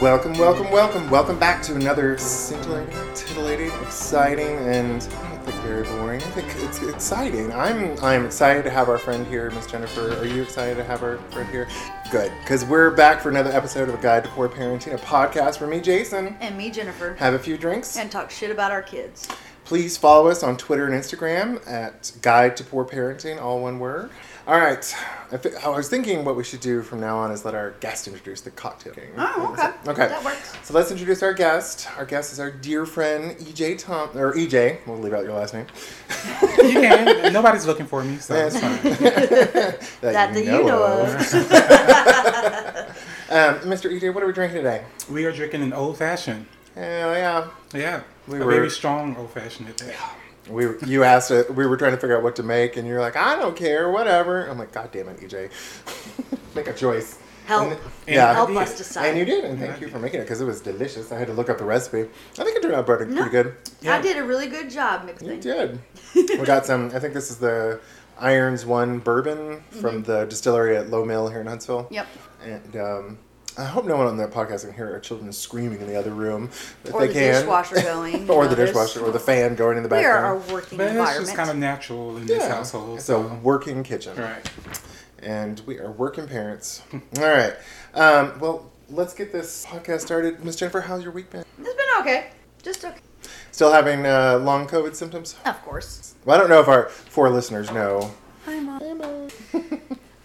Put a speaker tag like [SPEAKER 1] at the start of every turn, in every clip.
[SPEAKER 1] Welcome, welcome, welcome, welcome back to another scintillating, titillating, exciting, and I don't think very boring. I think it's exciting. I'm I'm excited to have our friend here, Miss Jennifer. Are you excited to have our friend here? Good, because we're back for another episode of A Guide to Poor Parenting, a podcast for me, Jason.
[SPEAKER 2] And me, Jennifer.
[SPEAKER 1] Have a few drinks.
[SPEAKER 2] And talk shit about our kids.
[SPEAKER 1] Please follow us on Twitter and Instagram at Guide to Poor Parenting, all one word. All right. I, th- I was thinking what we should do from now on is let our guest introduce the cocktail.
[SPEAKER 2] Oh, okay.
[SPEAKER 1] Okay.
[SPEAKER 2] That works.
[SPEAKER 1] So let's introduce our guest. Our guest is our dear friend EJ Tom or EJ. We'll leave out your last name.
[SPEAKER 3] You can. Nobody's looking for me, so
[SPEAKER 1] That's
[SPEAKER 3] it's fine.
[SPEAKER 1] that
[SPEAKER 2] That that you know of.
[SPEAKER 1] Um, Mr. EJ, what are we drinking today?
[SPEAKER 3] We are drinking an old fashioned.
[SPEAKER 1] Hell yeah.
[SPEAKER 3] Yeah,
[SPEAKER 1] We
[SPEAKER 3] a
[SPEAKER 1] were-
[SPEAKER 3] very strong old fashioned at that.
[SPEAKER 1] We you asked uh we were trying to figure out what to make and you're like I don't care whatever. I'm like God damn it EJ, make a choice.
[SPEAKER 2] Help.
[SPEAKER 1] And- yeah.
[SPEAKER 2] Help
[SPEAKER 3] Yeah.
[SPEAKER 2] us decide.
[SPEAKER 1] And you did, and thank you for making it because it was delicious. I had to look up the recipe. I think it turned out pretty, pretty good.
[SPEAKER 2] I did a really good job mixing.
[SPEAKER 1] You did. we got some. I think this is the Irons One Bourbon from the distillery at Low Mill here in Huntsville.
[SPEAKER 2] Mm-hmm. Yep.
[SPEAKER 1] And um, I hope no one on that podcast can hear our children screaming in the other room. If
[SPEAKER 2] Or
[SPEAKER 1] they
[SPEAKER 2] the
[SPEAKER 1] can.
[SPEAKER 2] dishwasher going.
[SPEAKER 1] or
[SPEAKER 2] you know,
[SPEAKER 1] the
[SPEAKER 2] there's-
[SPEAKER 1] dishwasher, or the fan going in the
[SPEAKER 2] We are a
[SPEAKER 1] background.
[SPEAKER 2] working
[SPEAKER 3] But it's
[SPEAKER 2] environment.
[SPEAKER 3] just kind of natural in this
[SPEAKER 1] yeah.
[SPEAKER 3] household.
[SPEAKER 1] It's a working kitchen.
[SPEAKER 3] right.
[SPEAKER 1] And we are working parents. All right. Um, well, let's get this podcast started. Miss Jennifer, how's your week been?
[SPEAKER 2] It's been okay. Just okay.
[SPEAKER 1] Still having uh, long COVID symptoms?
[SPEAKER 2] Of course.
[SPEAKER 1] Well, I don't know if our four listeners know.
[SPEAKER 2] Hi, Mom.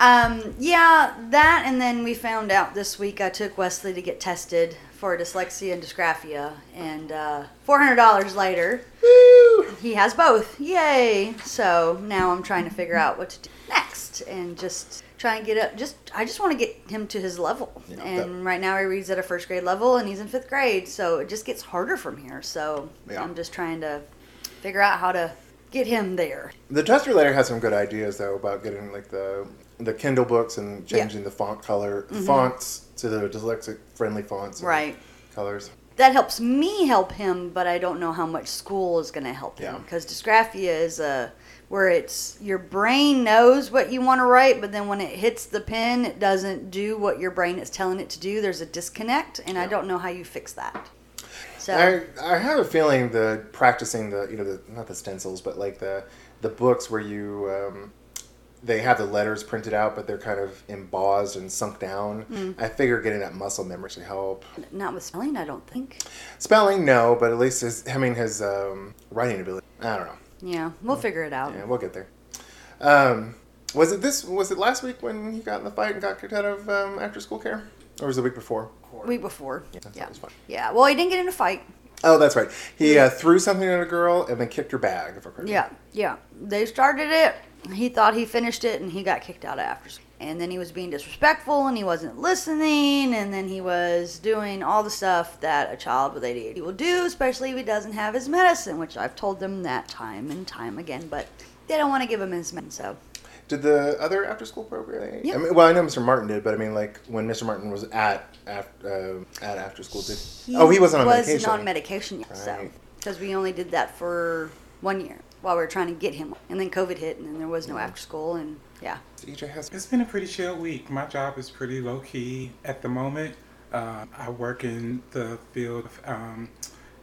[SPEAKER 2] Um, yeah, that, and then we found out this week I took Wesley to get tested for dyslexia and dysgraphia, and uh, $400 later,
[SPEAKER 1] Woo!
[SPEAKER 2] he has both. Yay! So now I'm trying to figure out what to do next and just try and get up. Just I just want to get him to his level.
[SPEAKER 1] Yeah,
[SPEAKER 2] and
[SPEAKER 1] that-
[SPEAKER 2] right now he reads at a first grade level and he's in fifth grade, so it just gets harder from here. So
[SPEAKER 1] Yeah.
[SPEAKER 2] I'm just trying to figure out how to get him there.
[SPEAKER 1] The tester later has some good ideas though about getting like the the Kindle books and
[SPEAKER 2] Yeah. Mm-hmm.
[SPEAKER 1] changing the font color fonts to the dyslexic friendly fonts. and
[SPEAKER 2] Right.
[SPEAKER 1] Colors.
[SPEAKER 2] That helps me help him, but I don't know how much school is going to help
[SPEAKER 1] Yeah.
[SPEAKER 2] him because dysgraphia is a where it's your brain knows what you want to write, but then when it hits the pen, it doesn't do what your brain is telling it to do. There's a disconnect, and I don't know how you fix that. So
[SPEAKER 1] I I have a feeling the practicing the you know the not the stencils but like the the books where you um, they have the letters printed out but they're kind of embossed and sunk down.
[SPEAKER 2] Mm.
[SPEAKER 1] I figure getting that muscle memory should help.
[SPEAKER 2] not with spelling, I don't think.
[SPEAKER 1] Spelling no, but at least his I mean his um, writing ability. I don't know.
[SPEAKER 2] Yeah, we'll figure it out.
[SPEAKER 1] Mm. Yeah, we'll get there. Um, was it this? Was it last week when he got in the fight and got kicked out of um, after school care, or was it the week before?
[SPEAKER 2] Week before.
[SPEAKER 1] that's
[SPEAKER 2] Yeah.
[SPEAKER 1] always fun.
[SPEAKER 2] Yeah. Well, he didn't get in a fight.
[SPEAKER 1] Oh, that's right. He uh, threw something at a girl and then kicked her bag. If I remember.
[SPEAKER 2] Yeah, yeah. They started it. He thought he finished it, and he got kicked out after. And then he was being disrespectful, and he wasn't listening, and then he was doing all the stuff that a child with ADHD will do, especially if he doesn't have his medicine, which I've told them that time and time again. But they don't want to give him his medicine, so
[SPEAKER 1] Did the other after school program?
[SPEAKER 2] Yeah.
[SPEAKER 1] I mean, well, I know Mr. Martin did, but I mean, like when Mr. Martin was at after um at after school, did oh he wasn't on
[SPEAKER 2] was
[SPEAKER 1] medication.
[SPEAKER 2] on medication yet, so
[SPEAKER 1] Right.
[SPEAKER 2] because we only did that for one year while we were trying to get him, and then COVID hit, and then there was no
[SPEAKER 1] Mm.
[SPEAKER 2] after school, and yeah.
[SPEAKER 1] EJ has
[SPEAKER 3] It's been a pretty chill week. My job is pretty low key at the moment. Uh, I work in the field of um,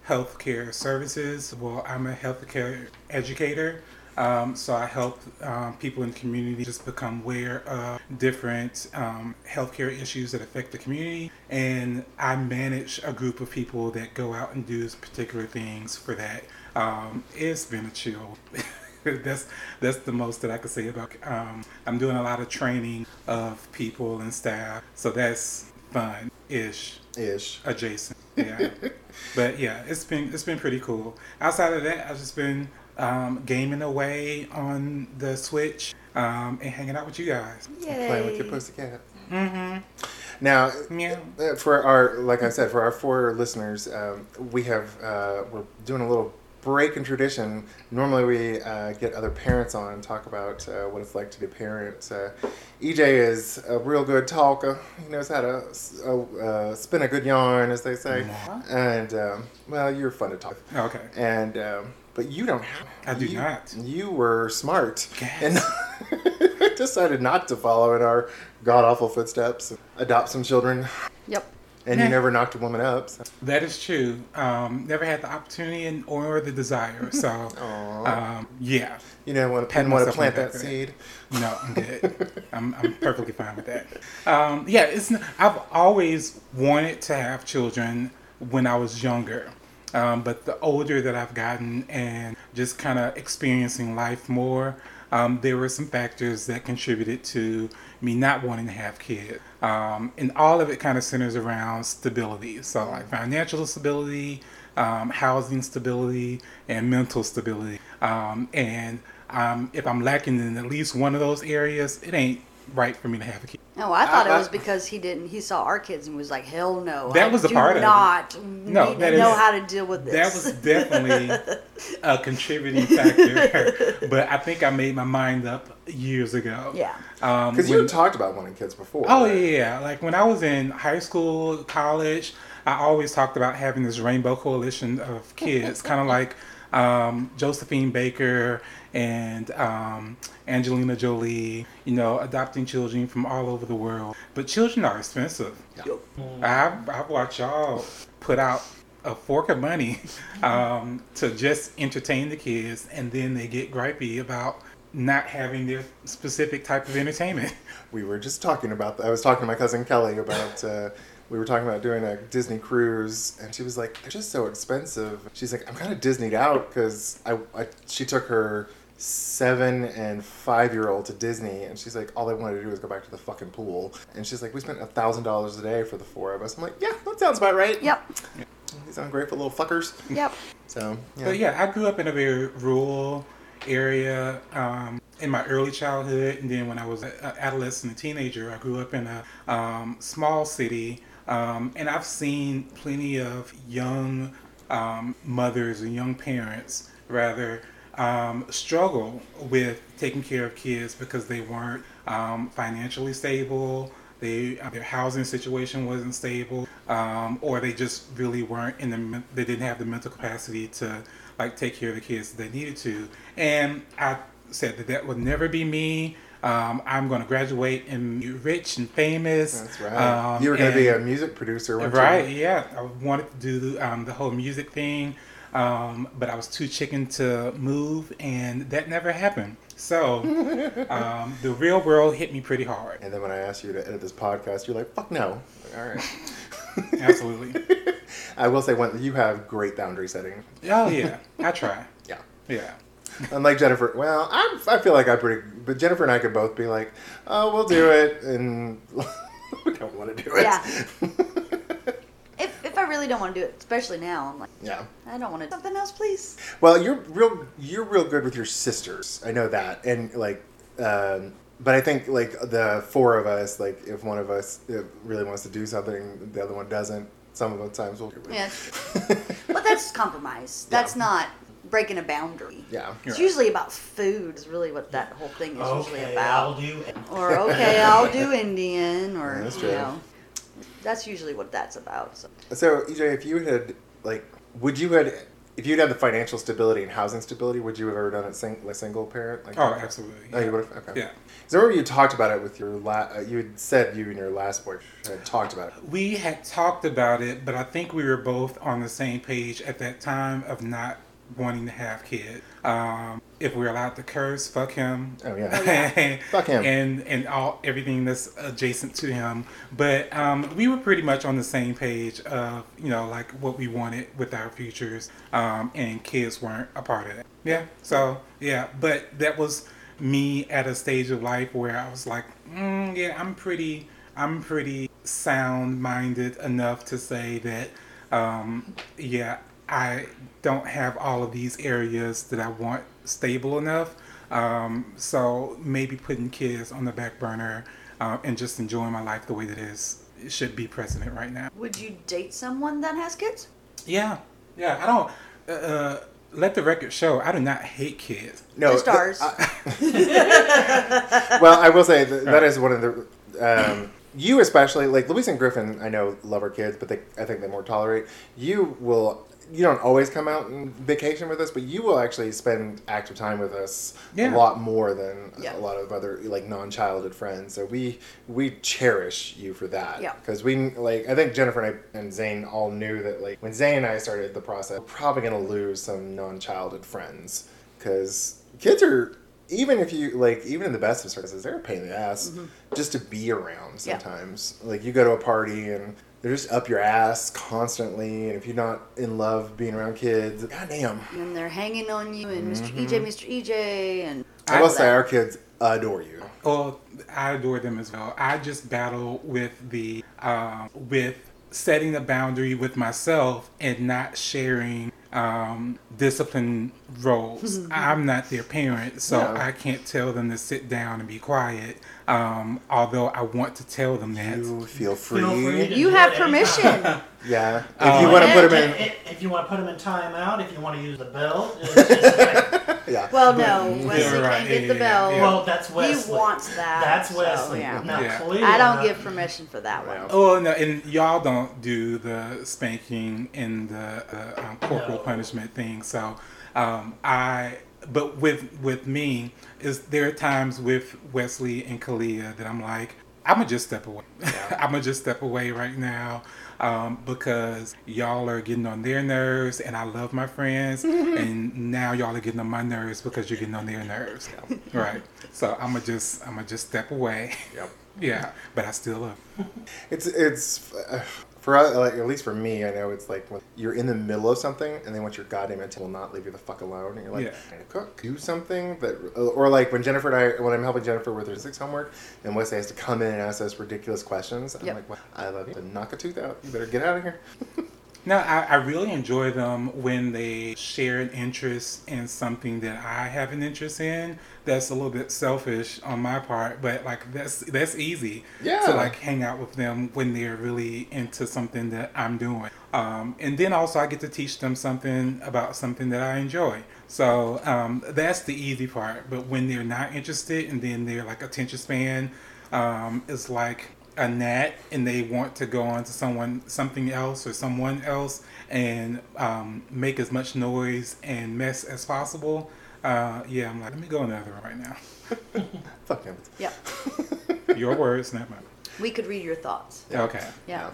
[SPEAKER 3] healthcare services. Well, I'm a healthcare educator, um, so I help um, people in the community just become aware of different um, healthcare issues that affect the community. And I manage a group of people that go out and do particular things for that. Um, it's been a chill. that's that's the most that I could say about. Um, I'm doing a lot of training of people and staff, so that's fun ish
[SPEAKER 1] ish.
[SPEAKER 3] adjacent. Yeah, but yeah, it's been it's been pretty cool. Outside of that, I've just been um, gaming away on the Switch um, and hanging out with you guys.
[SPEAKER 2] Yay.
[SPEAKER 1] playing with your pussycat. Mm-hmm. Now,
[SPEAKER 3] Meow.
[SPEAKER 1] uh, for our, like I said, for our four listeners, um, we have uh, we're doing a little break in tradition. Normally, we uh, get other parents on and talk about uh, what it's like to be a parent. Uh, EJ is a real good talker. He knows how to s- uh, uh, spin a good yarn, as they say.
[SPEAKER 3] Mm-hmm.
[SPEAKER 1] And um, well, you're fun to talk.
[SPEAKER 3] Okay.
[SPEAKER 1] And um, but you don't have.
[SPEAKER 3] Oh. I do
[SPEAKER 1] you-
[SPEAKER 3] not.
[SPEAKER 1] You were smart
[SPEAKER 3] Yes.
[SPEAKER 1] and decided not to follow in our god awful footsteps. Adopt some children
[SPEAKER 2] Yep.
[SPEAKER 1] and you never knocked a woman up. So.
[SPEAKER 3] That is true. Um, never had the opportunity and or the desire. So, um, yeah,
[SPEAKER 1] You know, want to
[SPEAKER 3] Pat
[SPEAKER 1] want to
[SPEAKER 3] myself
[SPEAKER 1] plant
[SPEAKER 3] on
[SPEAKER 1] that
[SPEAKER 3] the back of
[SPEAKER 1] seed.
[SPEAKER 3] no, I'm good. I'm, I'm perfectly fine with that. Um, yeah, it's. n- I've always wanted to have children when I was younger, um, but the older that I've gotten and just kind of experiencing life more, um, there were some factors that contributed to me not wanting to have kids. Um, and all of it kind of centers around stability. So, like financial stability, um, housing stability, and mental stability. Um, and um, if I'm lacking in at least one of those areas, it ain't right for me to have a kid.
[SPEAKER 2] No, I thought
[SPEAKER 3] I-
[SPEAKER 2] it was
[SPEAKER 3] I-
[SPEAKER 2] because he didn't. He saw our kids and was like, "Hell no."
[SPEAKER 3] That
[SPEAKER 2] I
[SPEAKER 3] was a
[SPEAKER 2] do
[SPEAKER 3] part of it.
[SPEAKER 2] not
[SPEAKER 3] No,
[SPEAKER 2] need
[SPEAKER 3] that
[SPEAKER 2] to
[SPEAKER 3] is-
[SPEAKER 2] know how to deal with this.
[SPEAKER 3] That was definitely a contributing factor, but I think I made my mind up years ago.
[SPEAKER 2] Yeah.
[SPEAKER 3] Um,
[SPEAKER 1] Because
[SPEAKER 3] when-
[SPEAKER 1] you had talked about wanting kids before.
[SPEAKER 3] Oh
[SPEAKER 1] right?
[SPEAKER 3] yeah, yeah. like when I was in high school, college, I always talked about having this rainbow coalition of kids, kind of like um, Josephine Baker and um, Angelina Jolie. You know, adopting children from all over the world. But children are expensive. I've, I've watched y'all put out a fork of money um, to just entertain the kids, and then they get gripey about not having their specific type of entertainment.
[SPEAKER 1] we were just talking about that. I was talking to my cousin Kelly about uh, we were talking about doing a Disney cruise, and she was like, "They're just so expensive." She's like, "I'm kind of Disneyed out because I, I she took her seven and five year old to Disney, and she's like, all I wanted to do was go back to the fucking pool, and she's like, we spent a thousand dollars a day for the four of us. I'm like, yeah, that sounds about right.
[SPEAKER 2] Yep.
[SPEAKER 1] these ungrateful little fuckers.
[SPEAKER 2] Yep.
[SPEAKER 1] So yeah,
[SPEAKER 3] But yeah, I grew up in a very rural area um, in my early childhood, and then when I was an adolescent and teenager, I grew up in a um, small city, um, and I've seen plenty of young um, mothers and young parents rather um, struggle with taking care of kids because they weren't um, financially stable. They, their housing situation wasn't stable, um, or they just really weren't in the. men- They didn't have the mental capacity to like take care of the kids that they needed to. And I said that that would never be me. Um, I'm going to graduate and be rich and famous.
[SPEAKER 1] that's right. you were gonna
[SPEAKER 3] Um, and-
[SPEAKER 1] be a music producer, weren't you?
[SPEAKER 3] Right, yeah. I wanted to do um, the whole music thing, um, but I was too chicken to move, and that never happened. So um, the real world hit me pretty hard.
[SPEAKER 1] And then when I asked you to edit this podcast, you're like, fuck no. Like, All right.
[SPEAKER 3] Absolutely.
[SPEAKER 1] I will say one, you have great boundary setting.
[SPEAKER 3] oh, yeah. I try.
[SPEAKER 1] Yeah.
[SPEAKER 3] Yeah.
[SPEAKER 1] Unlike Jennifer, well, I'm, I feel like I pretty, but Jennifer and I could both be like, oh, we'll do it, and we don't want to do it.
[SPEAKER 2] Yeah.
[SPEAKER 1] Yeah.
[SPEAKER 2] If, if I really don't want to do it, especially now, I'm like,
[SPEAKER 1] yeah.
[SPEAKER 2] I don't want to. Something else, please.
[SPEAKER 1] Well, you're real. You're real good with your sisters. I know that, and like, um, but I think like the four of us, like if one of us uh, really wants to do something, the other one doesn't. Some of the times we'll do it.
[SPEAKER 2] Yeah. But that's compromise. That's not breaking a boundary.
[SPEAKER 1] yeah.
[SPEAKER 2] It's
[SPEAKER 3] You're right.
[SPEAKER 2] usually about food. Is really what that whole thing is usually
[SPEAKER 4] Oh, Okay, I'll
[SPEAKER 2] about.
[SPEAKER 4] do.
[SPEAKER 2] Or okay, I'll do Indian, or
[SPEAKER 1] Yeah, that's
[SPEAKER 2] you
[SPEAKER 1] true.
[SPEAKER 2] know, that's usually what that's about. So.
[SPEAKER 1] So EJ, if you had like, would you had if you'd had the financial stability and housing stability, would you have ever done it sing, like single parent? Like,
[SPEAKER 3] Oh, absolutely.
[SPEAKER 1] Oh, you would have. Okay.
[SPEAKER 3] Yeah.
[SPEAKER 1] So remember you talked about it with your la- uh, you had said you and your last boy had talked about it.
[SPEAKER 3] We had talked about it, but I think we were both on the same page at that time of not wanting to have kids. Um, if we're allowed to curse, fuck him.
[SPEAKER 1] Oh yeah.
[SPEAKER 3] and,
[SPEAKER 1] Fuck him.
[SPEAKER 3] and and all everything that's adjacent to him. But um, we were pretty much on the same page of you know like what we wanted with our futures, um, and kids weren't a part of it. Yeah, so yeah, but that was me at a stage of life where I was like, mm, yeah, I'm pretty, I'm pretty sound minded enough to say that, um, yeah. I don't have all of these areas that I want stable enough. Um, so maybe putting kids on the back burner uh, and just enjoying my life the way that is should be precedent right now.
[SPEAKER 2] Would you date someone that has kids?
[SPEAKER 3] Yeah, yeah. I don't. Uh, uh, let the record show. I do not hate kids.
[SPEAKER 1] No.
[SPEAKER 2] Just ours.
[SPEAKER 1] I- well, I will say that, that is one of the. Um, you especially like Louise and Griffin. I know love her kids, but they I think they more tolerate. You will you don't always come out and vacation with us, but you will actually spend active time with us
[SPEAKER 3] Yeah.
[SPEAKER 1] a lot more than
[SPEAKER 2] Yeah.
[SPEAKER 1] a lot of other like non-childhood friends. So we we cherish you for that.
[SPEAKER 2] Yeah.
[SPEAKER 1] Because we like I think Jennifer and I and Zane all knew that like when Zane and I started the process, we're probably gonna lose some non-childhood friends because kids are. Even if you like, even in the best of circumstances, they're a pain in the ass just to be around
[SPEAKER 2] Yeah.
[SPEAKER 1] sometimes. Like you go to a party and they're just up your ass constantly, and if you're not in love being around kids, goddamn.
[SPEAKER 2] And they're hanging on you, and E Mr. EJ, Mr. EJ, and
[SPEAKER 1] I
[SPEAKER 3] I
[SPEAKER 1] will say
[SPEAKER 2] love-
[SPEAKER 1] our kids adore you.
[SPEAKER 3] Well, I adore them as well. I just battle with the um, with setting a boundary with myself and not sharing um, discipline roles. I'm not their parent, so
[SPEAKER 1] No.
[SPEAKER 3] I can't tell them to sit down and be quiet. Um, although I want to tell them that.
[SPEAKER 1] You feel free.
[SPEAKER 4] Feel free to-
[SPEAKER 2] you
[SPEAKER 4] do
[SPEAKER 2] have
[SPEAKER 4] it anytime.
[SPEAKER 2] permission.
[SPEAKER 1] Yeah. If you
[SPEAKER 3] Oh.
[SPEAKER 1] want to put them
[SPEAKER 4] If,
[SPEAKER 1] in,
[SPEAKER 4] if you want to put them in timeout, if you want to use the bell, it's just like,
[SPEAKER 1] yeah.
[SPEAKER 2] well, no, Wesley
[SPEAKER 3] right,
[SPEAKER 2] can't get
[SPEAKER 3] yeah,
[SPEAKER 2] the
[SPEAKER 3] yeah,
[SPEAKER 2] bell.
[SPEAKER 3] yeah.
[SPEAKER 4] well, that's Wesley.
[SPEAKER 2] He wants that.
[SPEAKER 4] That's
[SPEAKER 2] so,
[SPEAKER 4] Wesley.
[SPEAKER 2] Oh, yeah.
[SPEAKER 4] Now,
[SPEAKER 3] Yeah.
[SPEAKER 4] Cleo,
[SPEAKER 2] I
[SPEAKER 4] now-
[SPEAKER 2] don't give permission for that one.
[SPEAKER 3] Oh no, and y'all don't do the spanking and the, the um, corporal
[SPEAKER 4] No.
[SPEAKER 3] punishment thing. So um, I, but with with me is there are times with Wesley and Kalia that I'm like, I'm gonna just step away. I'm gonna just step away right now um, because y'all are getting on their nerves, and I love my friends, and now y'all are getting on my nerves because you're getting on their nerves. right. So I'm gonna just I'm gonna just step away.
[SPEAKER 1] Yep.
[SPEAKER 3] yeah, but I still love.
[SPEAKER 1] It's it's uh, for us, like at least for me, I know it's like when you're in the middle of something and they want your goddamn attention, will not leave you the fuck alone, and you're like,
[SPEAKER 3] Yeah.
[SPEAKER 1] "Can I cook, do something that, or like when Jennifer and I, when I'm helping Jennifer with her six homework, and Wesley has to come in and ask us ridiculous questions, I'm
[SPEAKER 2] Yep.
[SPEAKER 1] like, well, I love you, but knock a tooth out, you better get out of here.
[SPEAKER 3] No, I, I really enjoy them when they share an interest in something that I have an interest in. That's a little bit selfish on my part, but like that's that's easy.
[SPEAKER 1] Yeah.
[SPEAKER 3] To like hang out with them when they're really into something that I'm doing. Um, and then also I get to teach them something about something that I enjoy. So um, that's the easy part. But when they're not interested and then their like attention span um, is like a gnat and they want to go on to someone something else or someone else and um, make as much noise and mess as possible uh, yeah i'm like let me go in the other room right now
[SPEAKER 1] Fuck him.
[SPEAKER 2] Yep.
[SPEAKER 3] your words not mine
[SPEAKER 2] We could read your thoughts.
[SPEAKER 3] okay
[SPEAKER 2] Yeah.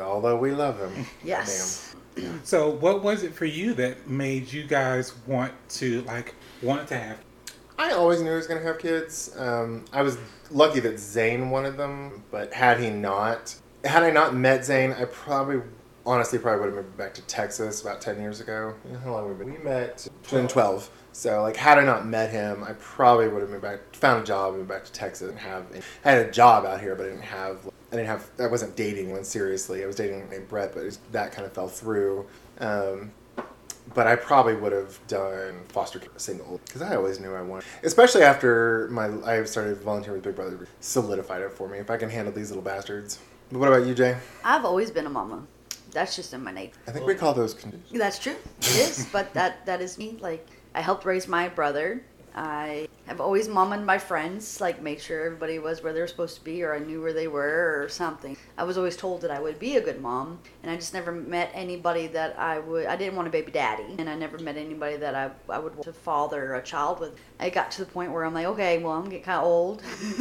[SPEAKER 1] Although we love him.
[SPEAKER 2] Yes.
[SPEAKER 3] so what was it for you that made you guys want to like want to have
[SPEAKER 1] I always knew I was going to have kids. Um, I was lucky that Zane wanted them, but had he not, had I not met Zane, I probably, honestly, probably would have moved back to Texas about 10 years ago. You know how long have we been? We met in 12. So, like, had I not met him, I probably would have moved back, found a job, moved back to Texas, and have, I had a job out here, but I didn't have, I didn't have, I wasn't dating one seriously. I was dating named Brett, but it was- that kind of fell through. Um, but I probably would have done foster care single because I always knew I wanted, especially after my I started volunteering with Big Brother, solidified it for me. If I can handle these little bastards, but what about you, Jay?
[SPEAKER 2] I've always been a mama. That's just in my nature.
[SPEAKER 1] I think we call those conditions.
[SPEAKER 2] That's true. It is, but that that is me. Like I helped raise my brother. I have always mom and my friends, like made sure everybody was where they were supposed to be, or I knew where they were, or something. I was always told that I would be a good mom, and I just never met anybody that I would. I didn't want a baby daddy, and I never met anybody that I I would want to father a child with. I got to the point where I'm like, okay, well, I'm getting kind of old,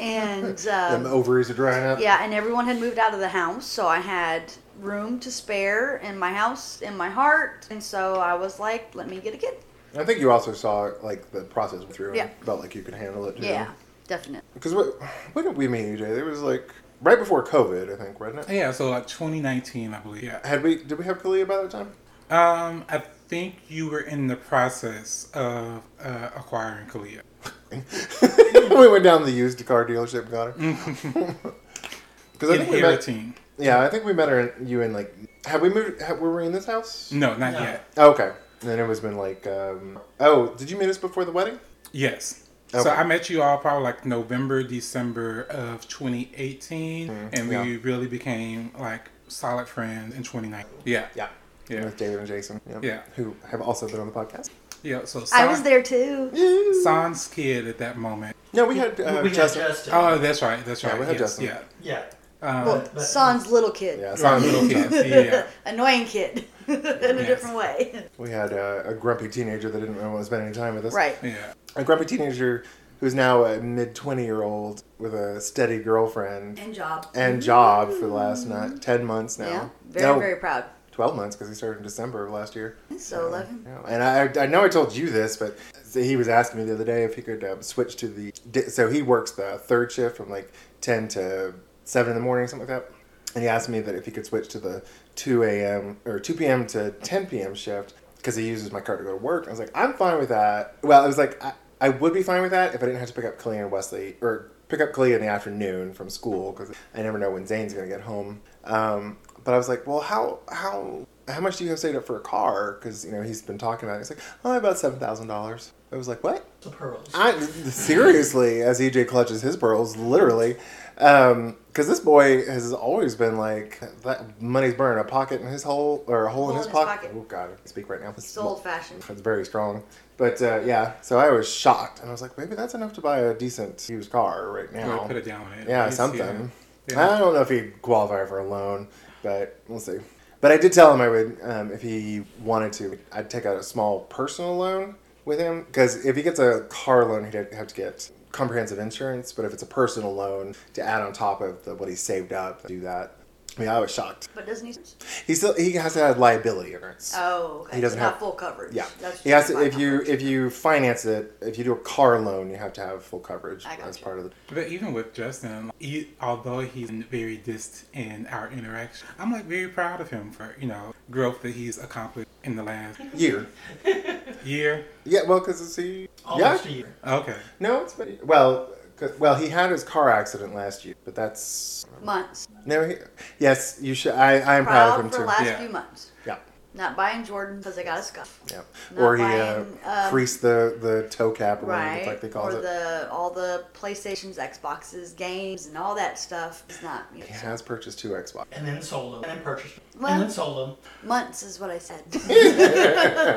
[SPEAKER 2] and um,
[SPEAKER 1] Them ovaries are drying up.
[SPEAKER 2] yeah, and everyone had moved out of the house, so I had room to spare in my house, in my heart, and so I was like, let me get a kid.
[SPEAKER 1] I think you also saw like the process went through.
[SPEAKER 2] Yeah.
[SPEAKER 1] And felt like you could handle it. Too.
[SPEAKER 2] Yeah, definitely.
[SPEAKER 1] Because what when did we meet you, Jay? It was like right before COVID, I think, wasn't it?
[SPEAKER 3] yeah so like 2019 i believe yeah
[SPEAKER 1] Had we did we have Kalia by that time?
[SPEAKER 3] um i think you were in the process of uh, acquiring kalia
[SPEAKER 1] we went down to the used car dealership and got her. Because I think we met.
[SPEAKER 3] inheriting
[SPEAKER 1] Yeah, I think we met her, you in like. Have we moved? Have, were we in this house? Oh,
[SPEAKER 3] no not
[SPEAKER 4] No.
[SPEAKER 3] yet
[SPEAKER 1] Okay. And then it was been like, um, oh, did you meet us before the wedding?
[SPEAKER 3] Yes.
[SPEAKER 1] Okay.
[SPEAKER 3] So I met you all probably like November, December of 2018, and we
[SPEAKER 1] Mm-hmm. yeah.
[SPEAKER 3] really became like solid friends in 2019. Yeah,
[SPEAKER 1] Yeah.
[SPEAKER 3] yeah,
[SPEAKER 1] With David and Jason.
[SPEAKER 3] Yeah.
[SPEAKER 1] Who have also been on the podcast.
[SPEAKER 3] yeah. So
[SPEAKER 2] I was
[SPEAKER 3] San-
[SPEAKER 2] there too.
[SPEAKER 3] Sans kid at that moment.
[SPEAKER 1] No, we had uh,
[SPEAKER 4] we had
[SPEAKER 1] Justin.
[SPEAKER 4] Justin.
[SPEAKER 3] Oh, that's right. That's
[SPEAKER 1] Yeah,
[SPEAKER 3] right.
[SPEAKER 1] we had
[SPEAKER 3] yes,
[SPEAKER 1] Justin.
[SPEAKER 3] Yeah.
[SPEAKER 4] yeah.
[SPEAKER 3] Um,
[SPEAKER 2] Well,
[SPEAKER 4] but-
[SPEAKER 2] son's little kid.
[SPEAKER 1] Yeah,
[SPEAKER 3] Right,
[SPEAKER 1] sounds
[SPEAKER 3] little kids, yeah.
[SPEAKER 2] Annoying kid in a
[SPEAKER 3] Yes.
[SPEAKER 2] different way.
[SPEAKER 1] We had uh, a, a grumpy teenager that didn't want to spend any time with us.
[SPEAKER 2] Right.
[SPEAKER 3] yeah.
[SPEAKER 1] A grumpy teenager who's now a mid 20 year old with a steady girlfriend
[SPEAKER 2] And job.
[SPEAKER 1] and job for the last not, 10 months now.
[SPEAKER 2] Yeah. Very,
[SPEAKER 1] No,
[SPEAKER 2] very proud.
[SPEAKER 1] 12 months because he started in December of last year.
[SPEAKER 2] So 11.
[SPEAKER 1] Yeah, And I, I know I told you this, but he was asking me the other day if he could um, switch to the. di- So he works the third shift from like 10 to 7 in the morning, something like that. And he asked me that if he could switch to the 2 a.m. or 2 p.m. to 10 p.m. shift because he uses my car to go to work. I was like, I'm fine with that. Well, I was like, I, I would be fine with that if I didn't have to pick up Kalia and Wesley or pick up Kalia in the afternoon from school because I never know when Zane's going to get home. Um, but I was like, well, how how how much do you have saved up for a car? Because you know he's been talking about. it. He's like, oh, about seven thousand dollars. I was like, what?
[SPEAKER 4] The pearls.
[SPEAKER 1] I seriously, as EJ clutches his pearls, literally, because this boy has always been like that money's burning a pocket in his hole or a hole, in his, pocket. Oh God, I can speak right now.
[SPEAKER 2] It's old fashioned.
[SPEAKER 1] It's very strong. But uh, yeah, so I was shocked, and I was like, maybe that's enough to buy a decent used car right
[SPEAKER 3] Or
[SPEAKER 1] now.
[SPEAKER 3] put it down on it.
[SPEAKER 1] Yeah,
[SPEAKER 3] Yes,
[SPEAKER 1] something.
[SPEAKER 3] Yeah.
[SPEAKER 1] I don't know if he'd qualify for a loan, but we'll see. But I did tell him I would, um, if he wanted to, I'd take out a small personal loan with him. Because if he gets a car loan, he'd have to get comprehensive insurance. But if it's a personal loan to add on top of the, what he saved up, do that. I mean, I was shocked.
[SPEAKER 2] But doesn't he?
[SPEAKER 1] He still he has to have liability insurance.
[SPEAKER 2] Oh, okay.
[SPEAKER 1] He doesn't
[SPEAKER 2] It's not
[SPEAKER 1] have-
[SPEAKER 2] full coverage.
[SPEAKER 1] Yeah,
[SPEAKER 2] That's
[SPEAKER 1] he has
[SPEAKER 2] just
[SPEAKER 1] to,
[SPEAKER 2] my
[SPEAKER 1] if you
[SPEAKER 2] coverage.
[SPEAKER 1] if you finance it, if you do a car loan, you have to have full coverage
[SPEAKER 2] I
[SPEAKER 1] as
[SPEAKER 2] gotcha.
[SPEAKER 1] part of the.
[SPEAKER 3] But even with Justin, he, although he's very distant in our interaction, I'm like very proud of him for you know growth that he's accomplished in the last
[SPEAKER 1] Year.
[SPEAKER 3] year.
[SPEAKER 1] Yeah, well, because it's he. yeah,
[SPEAKER 4] Almost a year.
[SPEAKER 3] Okay,
[SPEAKER 1] No, it's been well. 'cause- Well, he had his car accident last year, but that's
[SPEAKER 2] months.
[SPEAKER 1] no. He, yes, you should. I, I am proud,
[SPEAKER 2] Proud
[SPEAKER 1] of him
[SPEAKER 2] for
[SPEAKER 1] too.
[SPEAKER 2] last
[SPEAKER 3] Yeah.
[SPEAKER 2] few months.
[SPEAKER 1] Yeah,
[SPEAKER 2] Not buying Jordan because I got a scuff.
[SPEAKER 1] yeah.
[SPEAKER 2] Not
[SPEAKER 1] Or he
[SPEAKER 2] buying,
[SPEAKER 1] uh,
[SPEAKER 2] um,
[SPEAKER 1] creased the the toe cap, or whatever
[SPEAKER 2] Right.
[SPEAKER 1] it's like they call
[SPEAKER 2] or
[SPEAKER 1] it.
[SPEAKER 2] the all the PlayStations, Xboxes, games, and all that stuff. It's not. You know,
[SPEAKER 1] he has purchased two Xbox.
[SPEAKER 4] And then sold them. And then purchased them.
[SPEAKER 2] Well-
[SPEAKER 4] and then sold them.
[SPEAKER 2] Months is what I said.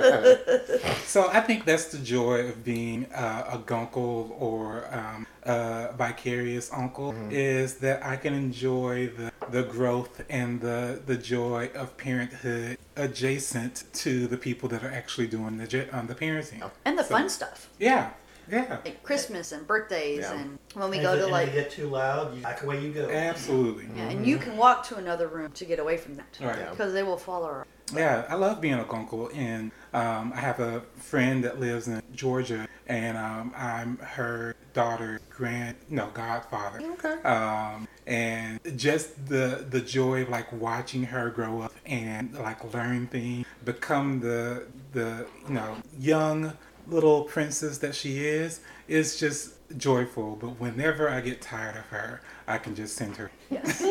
[SPEAKER 3] so I think that's the joy of being uh, a gunkle or um, a vicarious uncle
[SPEAKER 1] Mm-hmm.
[SPEAKER 3] is that I can enjoy the the growth and the the joy of parenthood adjacent to the people that are actually doing the ge- um, the parenting.
[SPEAKER 2] and the fun stuff,
[SPEAKER 3] Yeah, yeah,
[SPEAKER 2] like Christmas and birthdays,
[SPEAKER 1] Yeah.
[SPEAKER 2] and when we
[SPEAKER 4] And
[SPEAKER 2] go
[SPEAKER 4] if it- Mm-hmm.
[SPEAKER 2] to
[SPEAKER 4] and
[SPEAKER 2] like,
[SPEAKER 4] if you get too loud, you back away you go.
[SPEAKER 3] Eh. absolutely.
[SPEAKER 2] yeah, and you can walk to another room to get away from that
[SPEAKER 3] Right.
[SPEAKER 1] Yeah.
[SPEAKER 2] because they will follow. Her.
[SPEAKER 3] Yeah, I love being a gunkle, and um, I have a friend that lives in Georgia, and um, I'm her daughter, grand, no, godfather.
[SPEAKER 1] Okay.
[SPEAKER 3] Um, and just the the joy of like watching her grow up and like learn things, become the the you know young little princess that she is, is just joyful. But whenever I get tired of her, I can just send her.
[SPEAKER 2] Yes.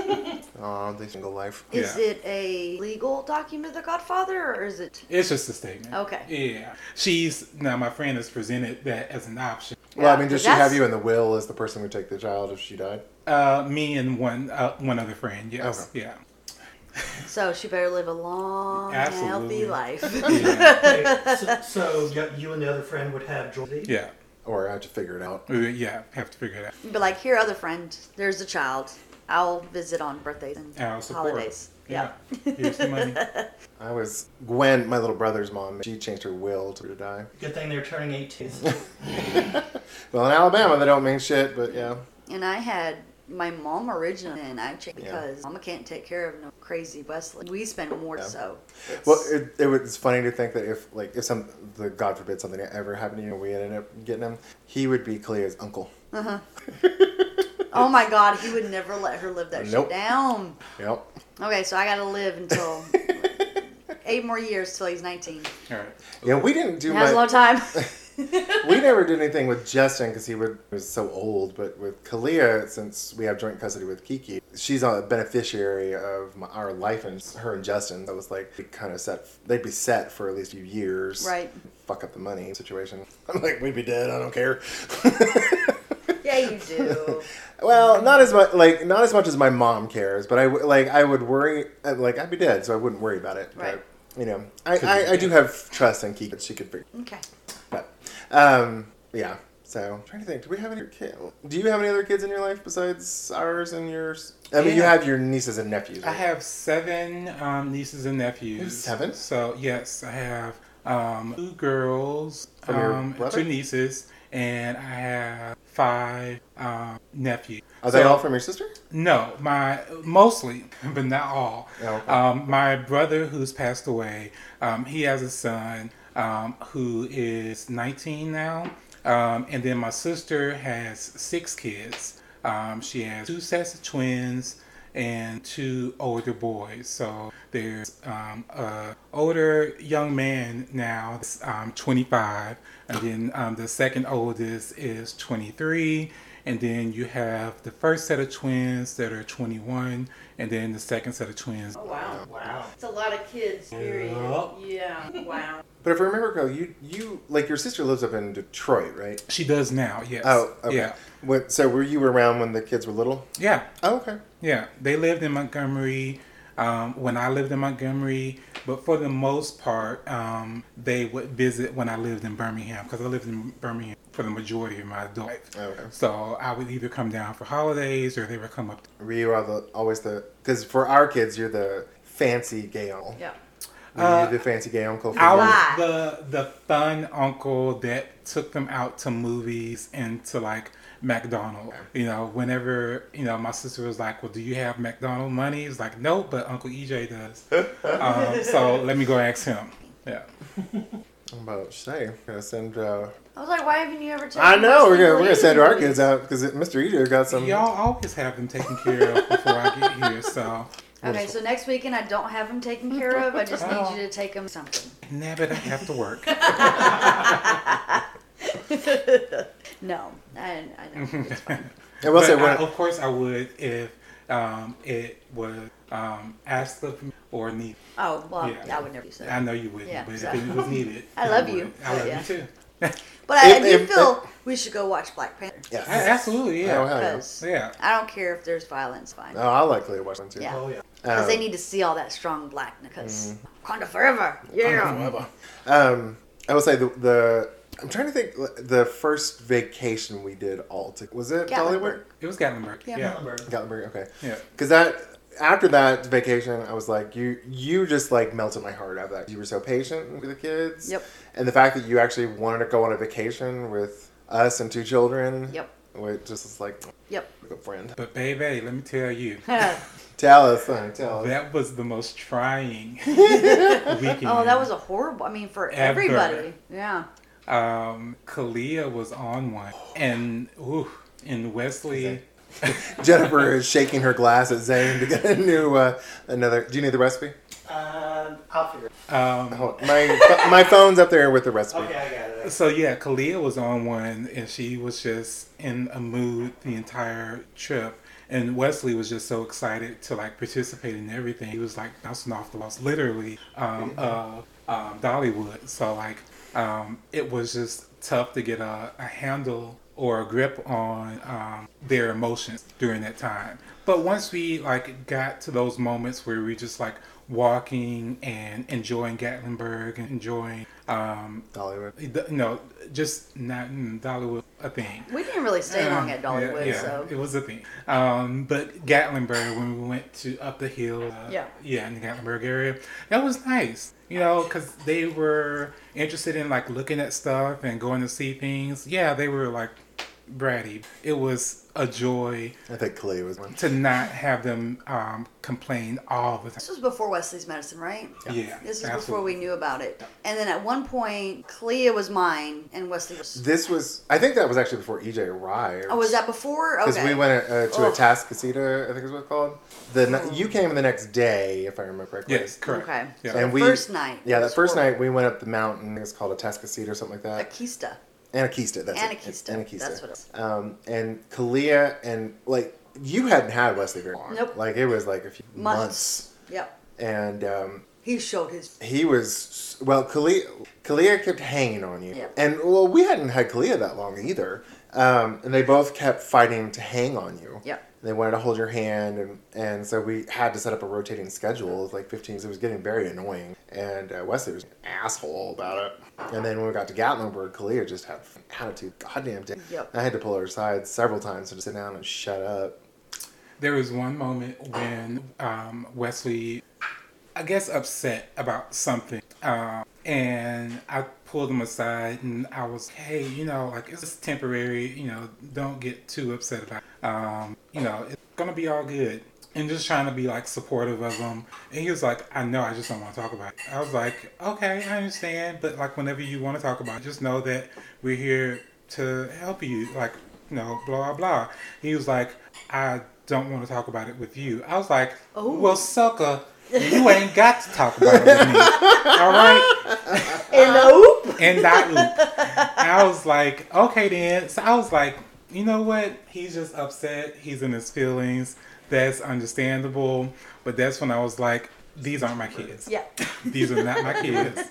[SPEAKER 1] Oh, the single life.
[SPEAKER 2] Is
[SPEAKER 3] Yeah.
[SPEAKER 2] it a legal document, The Godfather, or is it?
[SPEAKER 3] It's just a statement.
[SPEAKER 2] Okay.
[SPEAKER 3] Yeah. She's now my friend has presented that as an option.
[SPEAKER 1] well, I
[SPEAKER 2] Yeah,
[SPEAKER 1] mean, does
[SPEAKER 2] but
[SPEAKER 1] she have
[SPEAKER 2] that's-
[SPEAKER 1] you in the will as the person who take the child if she died?
[SPEAKER 3] Uh, me and one uh, one other friend. Yes. Yeah.
[SPEAKER 2] So she better live a long,
[SPEAKER 3] Absolutely.
[SPEAKER 2] healthy life.
[SPEAKER 3] Yeah.
[SPEAKER 4] Okay, so, so you, you and the other friend would have Jordan.
[SPEAKER 3] yeah.
[SPEAKER 1] Or I have to figure it out.
[SPEAKER 3] We- Yeah. Have to figure it out.
[SPEAKER 2] But like, here, other friend, there's a child. I'll visit on birthdays and
[SPEAKER 3] And I'll support.
[SPEAKER 2] holidays. Yeah.
[SPEAKER 3] Here's the money.
[SPEAKER 1] I was Gwen, my little brother's mom. She changed her will to to die.
[SPEAKER 4] Good thing they're turning 18.
[SPEAKER 1] Well, in Alabama, they don't mean shit, but yeah.
[SPEAKER 2] And I had my mom originally, and I changed
[SPEAKER 1] Yeah.
[SPEAKER 2] because mama can't take care of no crazy Wesley. We spend more
[SPEAKER 1] Yeah.
[SPEAKER 2] so. It's-
[SPEAKER 1] Well, it, it was it's funny to think that if like if some the God forbid something ever happened to you and we ended up getting him, he would be Clea's uncle.
[SPEAKER 2] oh my God, he would never let her live that
[SPEAKER 1] Nope.
[SPEAKER 2] shit down.
[SPEAKER 1] Yep.
[SPEAKER 2] Okay, so I got to live until eight more years till he's 19.
[SPEAKER 3] All right.
[SPEAKER 1] Yeah, we didn't do
[SPEAKER 2] That's a long
[SPEAKER 1] much.
[SPEAKER 2] time.
[SPEAKER 1] We never did anything with Justin because he would, was so old. But with Kalia, since we have joint custody with Kiki, she's a beneficiary of my, our life and her and Justin. That was like kind of set. They'd be set for at least a few years.
[SPEAKER 2] Right.
[SPEAKER 1] Fuck up the money situation. I'm like, we'd be dead. I don't care.
[SPEAKER 2] yeah, you do.
[SPEAKER 1] Well, not as much like not as much as my mom cares, but I w- like I would worry uh, like I'd be dead, so I wouldn't worry about it.
[SPEAKER 2] Right.
[SPEAKER 1] But, you know, I,
[SPEAKER 3] Could
[SPEAKER 1] I,
[SPEAKER 3] be.
[SPEAKER 1] I do have trust in Keegan. She could figure,
[SPEAKER 2] Okay.
[SPEAKER 1] but um, yeah. So I'm trying to think, do we have any kid? Do you have any other kids in your life besides ours and yours? I mean, you
[SPEAKER 3] Yeah.
[SPEAKER 1] have your nieces and nephews.
[SPEAKER 3] I
[SPEAKER 1] right?
[SPEAKER 3] have seven um, nieces and nephews.
[SPEAKER 1] There's seven?
[SPEAKER 3] So yes, I have um, two girls,
[SPEAKER 1] From your
[SPEAKER 3] um,
[SPEAKER 1] brother?
[SPEAKER 3] two nieces, and I have five um, nephews.
[SPEAKER 1] Are they
[SPEAKER 3] So-
[SPEAKER 1] all from your sister?
[SPEAKER 3] No, my mostly, but not all.
[SPEAKER 1] Oh, okay.
[SPEAKER 3] Um, my brother, who's passed away, um, he has a son um, who is 19 now, um, and then my sister has six kids. Um, she has two sets of twins and two older boys. So there's um, a older young man now, that's, um, 25, and then um, the second oldest is 23. And then you have the first set of twins that are 21, and then the second set of twins.
[SPEAKER 5] Oh, wow.
[SPEAKER 4] Wow.
[SPEAKER 5] It's a lot of kids, period.
[SPEAKER 4] Yup.
[SPEAKER 5] Yeah, wow.
[SPEAKER 1] But if I remember correctly, you you like your sister lives up in Detroit, right?
[SPEAKER 3] She does now, yes.
[SPEAKER 1] Oh, okay.
[SPEAKER 3] yeah,
[SPEAKER 1] What, so were you around when the kids were little?
[SPEAKER 3] yeah,
[SPEAKER 1] Oh, okay.
[SPEAKER 3] yeah. They lived in Montgomery um, when I lived in Montgomery, but for the most part, um, they would visit when I lived in Birmingham because I lived in Birmingham for the majority of my adult life.
[SPEAKER 1] Okay.
[SPEAKER 3] So I would either come down for holidays or they would come up.
[SPEAKER 1] Were you all the, always the because for our kids you're the fancy gay uncle.
[SPEAKER 5] Yeah.
[SPEAKER 1] Were
[SPEAKER 3] Uh,
[SPEAKER 1] you the fancy gay uncle. For
[SPEAKER 3] I
[SPEAKER 1] your-
[SPEAKER 5] Why?
[SPEAKER 3] was the the fun uncle that took them out to movies and to like McDonald's. You know, whenever you know, my sister was like, "Well, do you have McDonald money?" It's like, "No, but Uncle EJ does." um, so let me go ask him. Yeah,
[SPEAKER 1] I'm about to say, we're gonna send. Uh,
[SPEAKER 2] I was like, why haven't you ever taken
[SPEAKER 1] I know
[SPEAKER 2] us
[SPEAKER 1] we're
[SPEAKER 2] to
[SPEAKER 1] gonna we're gonna
[SPEAKER 2] Leeds?
[SPEAKER 1] send our kids out because Mr. Eater got some.
[SPEAKER 3] y'all always have them taken care of before I get here. So,
[SPEAKER 2] Okay, so next weekend I don't have them taken care of. I just need you to take them something.
[SPEAKER 3] nah, but I have to work.
[SPEAKER 2] No, I, I don't.
[SPEAKER 1] I will
[SPEAKER 3] But uh,
[SPEAKER 1] say
[SPEAKER 3] I-
[SPEAKER 1] when
[SPEAKER 3] of course, I would if um, it was um, asked of me or needed.
[SPEAKER 2] Oh well,
[SPEAKER 3] Yeah.
[SPEAKER 2] I would never do
[SPEAKER 3] I
[SPEAKER 2] that.
[SPEAKER 3] know you wouldn't,
[SPEAKER 2] Yeah,
[SPEAKER 3] but
[SPEAKER 2] so-
[SPEAKER 3] if it was needed,
[SPEAKER 2] I love
[SPEAKER 3] would.
[SPEAKER 2] you,
[SPEAKER 3] I love
[SPEAKER 2] but yeah.
[SPEAKER 3] you too.
[SPEAKER 2] But I, I
[SPEAKER 1] If-
[SPEAKER 2] do
[SPEAKER 1] if-
[SPEAKER 2] feel we should go watch Black Panther.
[SPEAKER 1] yeah.
[SPEAKER 3] A- Absolutely, yeah.
[SPEAKER 1] Oh, hell yeah.
[SPEAKER 2] 'Cause
[SPEAKER 3] yeah.
[SPEAKER 2] I don't care if there's violence, fine.
[SPEAKER 1] Oh, I'll likely watch one too.
[SPEAKER 2] Yeah.
[SPEAKER 4] Oh yeah.
[SPEAKER 2] Because
[SPEAKER 1] Um,
[SPEAKER 2] they need to see all that strong blackness. Because
[SPEAKER 1] Mm-hmm.
[SPEAKER 2] Wakanda forever.
[SPEAKER 3] Oh,
[SPEAKER 2] Yeah.
[SPEAKER 1] Um, I will say the, the I'm trying to think the first vacation we did all to was it Dollywood?
[SPEAKER 2] Gatlinburg.
[SPEAKER 3] It was Gatlinburg.
[SPEAKER 2] Yeah.
[SPEAKER 3] Yeah. yeah.
[SPEAKER 4] Gatlinburg.
[SPEAKER 1] Gatlinburg, okay.
[SPEAKER 3] Yeah.
[SPEAKER 1] Because that after that vacation, I was like, you you just like melted my heart out. of That you were so patient with the kids.
[SPEAKER 2] Yep.
[SPEAKER 1] And the fact that you actually wanted to go on a vacation with us and two children.
[SPEAKER 2] Yep.
[SPEAKER 1] Which just is like
[SPEAKER 2] Yep.
[SPEAKER 1] a good friend.
[SPEAKER 3] But baby, let me tell you,
[SPEAKER 1] Tell us, honey, tell us.
[SPEAKER 3] that was the most trying weekend.
[SPEAKER 2] oh, that was a horrible. I mean, for
[SPEAKER 3] Ever.
[SPEAKER 2] everybody. Yeah.
[SPEAKER 3] um, Kalia was on one, and ooh, and Wesley.
[SPEAKER 1] Jennifer is shaking her glass at Zane to get a new uh, another. Do you need the recipe?
[SPEAKER 4] Um, I'll figure. it
[SPEAKER 3] Um,
[SPEAKER 1] Hold on. My my phone's up there with the recipe.
[SPEAKER 4] out. Okay, I got it.
[SPEAKER 3] So yeah, Kalia was on one, and she was just in a mood the entire trip. And Wesley was just so excited to like participate in everything. He was like bouncing off the walls, literally, um, of um, Dollywood. So like, um, it was just tough to get a, a handle or a grip on um, their emotions during that time. But once we like got to those moments where we just like walking and enjoying Gatlinburg and enjoying um,
[SPEAKER 1] Dollywood.
[SPEAKER 3] the- no, just not mm, Dollywood a thing.
[SPEAKER 2] We didn't really stay long at
[SPEAKER 3] Yeah,
[SPEAKER 2] Dollywood,
[SPEAKER 3] yeah,
[SPEAKER 2] so.
[SPEAKER 3] it was a thing. Um, but Gatlinburg, when we went to up the hill, uh,
[SPEAKER 2] Yeah.
[SPEAKER 3] yeah, in the Gatlinburg area, that was nice. You know, because they were interested in like looking at stuff and going to see things. Yeah, they were like bratty. It was a joy
[SPEAKER 1] I think Clay was one.
[SPEAKER 3] to not have them um, complain all the
[SPEAKER 2] This
[SPEAKER 3] time.
[SPEAKER 2] was before Wesley's medicine, right?
[SPEAKER 3] Yeah,
[SPEAKER 2] This is before
[SPEAKER 3] absolutely.
[SPEAKER 2] we knew about it. And then at one point, Clea was mine and Wesley was.
[SPEAKER 1] This was, I think that was actually before EJ arrived.
[SPEAKER 2] Oh, was that before?
[SPEAKER 1] Because
[SPEAKER 2] Okay.
[SPEAKER 1] we went uh, to a
[SPEAKER 2] Oh.
[SPEAKER 1] Tascasita, I think is what it's called. The
[SPEAKER 2] Hmm.
[SPEAKER 1] ni- you came the next day, if I remember correctly.
[SPEAKER 3] Yes, correct.
[SPEAKER 2] Okay.
[SPEAKER 3] Yeah.
[SPEAKER 1] And we
[SPEAKER 2] First night.
[SPEAKER 1] Yeah, that
[SPEAKER 2] was
[SPEAKER 1] first
[SPEAKER 2] horrible.
[SPEAKER 1] night we went up the mountain. It's called a Tascasita or something like that.
[SPEAKER 2] Akista.
[SPEAKER 1] Anarchista. That's it. It's
[SPEAKER 2] Anarchista. That's what it was.
[SPEAKER 1] Um, and Kalia and like you hadn't had Wesley very long.
[SPEAKER 2] Nope.
[SPEAKER 1] Like it was like a few
[SPEAKER 2] Months. Yep.
[SPEAKER 1] and um,
[SPEAKER 2] He showed his.
[SPEAKER 1] He was well. Kalia, Kalia kept hanging on you,
[SPEAKER 2] Yeah.
[SPEAKER 1] and well, we hadn't had Kalia that long either. Um, and they both kept fighting to hang on you.
[SPEAKER 2] Yep.
[SPEAKER 1] They wanted to hold your hand, and, and so we had to set up a rotating schedule of like 15. So it was getting very annoying, and uh, Wesley was an asshole about it. And then when we got to Gatlinburg, Kalia just had an attitude, goddamn day.
[SPEAKER 2] Yep.
[SPEAKER 1] I had to pull her aside several times to sit down and shut up.
[SPEAKER 3] There was one moment when um, Wesley, I guess, upset about something. Um, and I pulled him aside and I was, hey, you know, like, it's just temporary. You know, don't get too upset about it. Um, you know, it's going to be all good. And just trying to be like supportive of him. And he was like, I know, I just don't want to talk about it. I was like, okay, I understand. But like, whenever you want to talk about it, just know that we're here to help you. Like, you know, blah, blah, blah. He was like, I don't want to talk about it with you. I was like,
[SPEAKER 2] Oh.
[SPEAKER 3] well, sucker, you ain't got to talk about it with me. All right?
[SPEAKER 2] Uh, Nope.
[SPEAKER 3] And that loop. And I was like, okay, then. So I was like, you know what? He's just upset. He's in his feelings. That's understandable. But that's when I was like, these aren't my kids.
[SPEAKER 2] Yeah.
[SPEAKER 3] These are not my kids.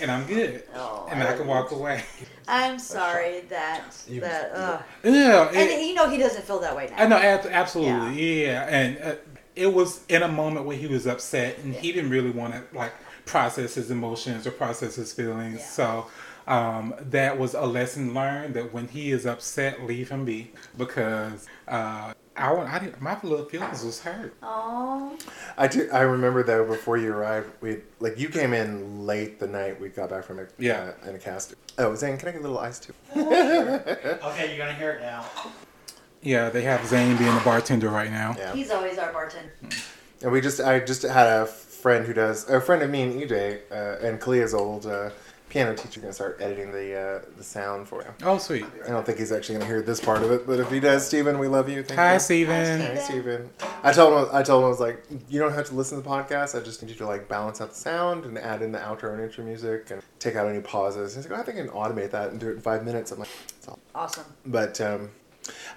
[SPEAKER 3] And I'm good. and I can walk away.
[SPEAKER 2] I'm sorry that
[SPEAKER 1] You-
[SPEAKER 2] that. Uh,
[SPEAKER 3] Yeah.
[SPEAKER 2] and
[SPEAKER 3] it-
[SPEAKER 2] you know he doesn't feel that way
[SPEAKER 3] I
[SPEAKER 2] now.
[SPEAKER 3] know, ab- absolutely, yeah. And uh, it was in a moment where he was upset, and he didn't really want to like process his emotions or process his feelings.
[SPEAKER 2] Yeah.
[SPEAKER 3] So um, that was a lesson learned that when he is upset, leave him be because uh, I, wa- I didn't, my little feelings was hurt.
[SPEAKER 2] Oh.
[SPEAKER 1] I do. I remember though. Before you arrived, we like you came in late the night we got back from a
[SPEAKER 3] Yeah.
[SPEAKER 1] uh, in a cast. Oh, Zane, can I get a little ice too?
[SPEAKER 4] Okay, you're gonna hear it now.
[SPEAKER 3] Yeah, they have Zane being the bartender right now.
[SPEAKER 1] Yeah.
[SPEAKER 2] He's always our bartender.
[SPEAKER 1] And we just, I just had a friend who does a friend of me and EJ uh, and Kalia's old uh, piano teacher gonna start editing the uh, the sound for him.
[SPEAKER 3] Oh, sweet.
[SPEAKER 1] I don't think he's actually gonna hear this part of it, but if he does, Steven, we love you. Thank
[SPEAKER 3] Hi,
[SPEAKER 1] you.
[SPEAKER 3] Steven.
[SPEAKER 1] Hi, Steven. I told him. I told him I was like, you don't have to listen to the podcast. I just need you to like balance out the sound and add in the outro and intro music and take out any pauses. He's like, oh, I think I can automate that and do it in five minutes. I'm like, it's all.
[SPEAKER 2] Awesome.
[SPEAKER 1] But um,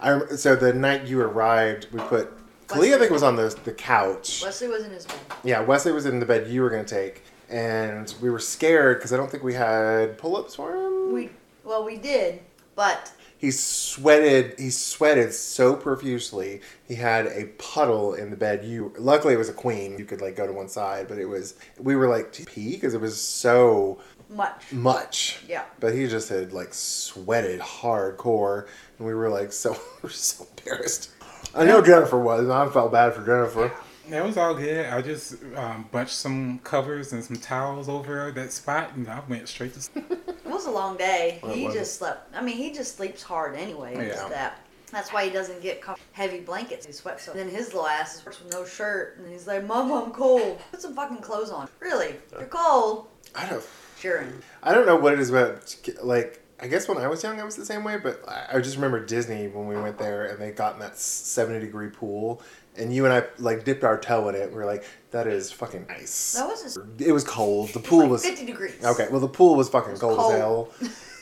[SPEAKER 1] I rem- so the night you arrived, we put. Kalia, I think, was on the the couch.
[SPEAKER 2] Wesley was in his bed.
[SPEAKER 1] Yeah, Wesley was in the bed you were gonna take, and we were scared because I don't think we had pull ups for him.
[SPEAKER 2] We well we did, but
[SPEAKER 1] He sweated. He sweated so profusely. He had a puddle in the bed. You luckily it was a queen. You could like go to one side, but it was we were like to pee because it was so
[SPEAKER 2] much.
[SPEAKER 1] much.
[SPEAKER 2] Yeah.
[SPEAKER 1] But he just had like sweated hardcore, and we were like so we were so embarrassed. I know Jennifer was. and I felt bad for Jennifer.
[SPEAKER 3] That was all good. I just um, bunched some covers and some towels over that spot, and I went straight to.
[SPEAKER 2] It was a long day.
[SPEAKER 1] Well, it
[SPEAKER 2] he
[SPEAKER 1] was.
[SPEAKER 2] just slept. I mean, he just sleeps hard anyway. it's
[SPEAKER 1] Yeah.
[SPEAKER 2] That that's why he doesn't get co- heavy blankets. He sweats. So. And then his little ass is with no shirt, and he's like, "Mom, I'm cold. Put some fucking clothes on. Really, you're cold."
[SPEAKER 1] I don't.
[SPEAKER 2] Sharon.
[SPEAKER 1] I don't know what it is about like I guess when I was young I was the same way, but I I just remember Disney when we went there and they got in that seventy degree pool and you and I like dipped our toe in it. And we were like, that is fucking ice.
[SPEAKER 2] That wasn't.
[SPEAKER 1] It was cold. The
[SPEAKER 2] Pool
[SPEAKER 1] pool
[SPEAKER 2] like
[SPEAKER 1] was
[SPEAKER 2] fifty degrees.
[SPEAKER 1] okay. Well, the pool was fucking cold,
[SPEAKER 2] cold.
[SPEAKER 1] as hell.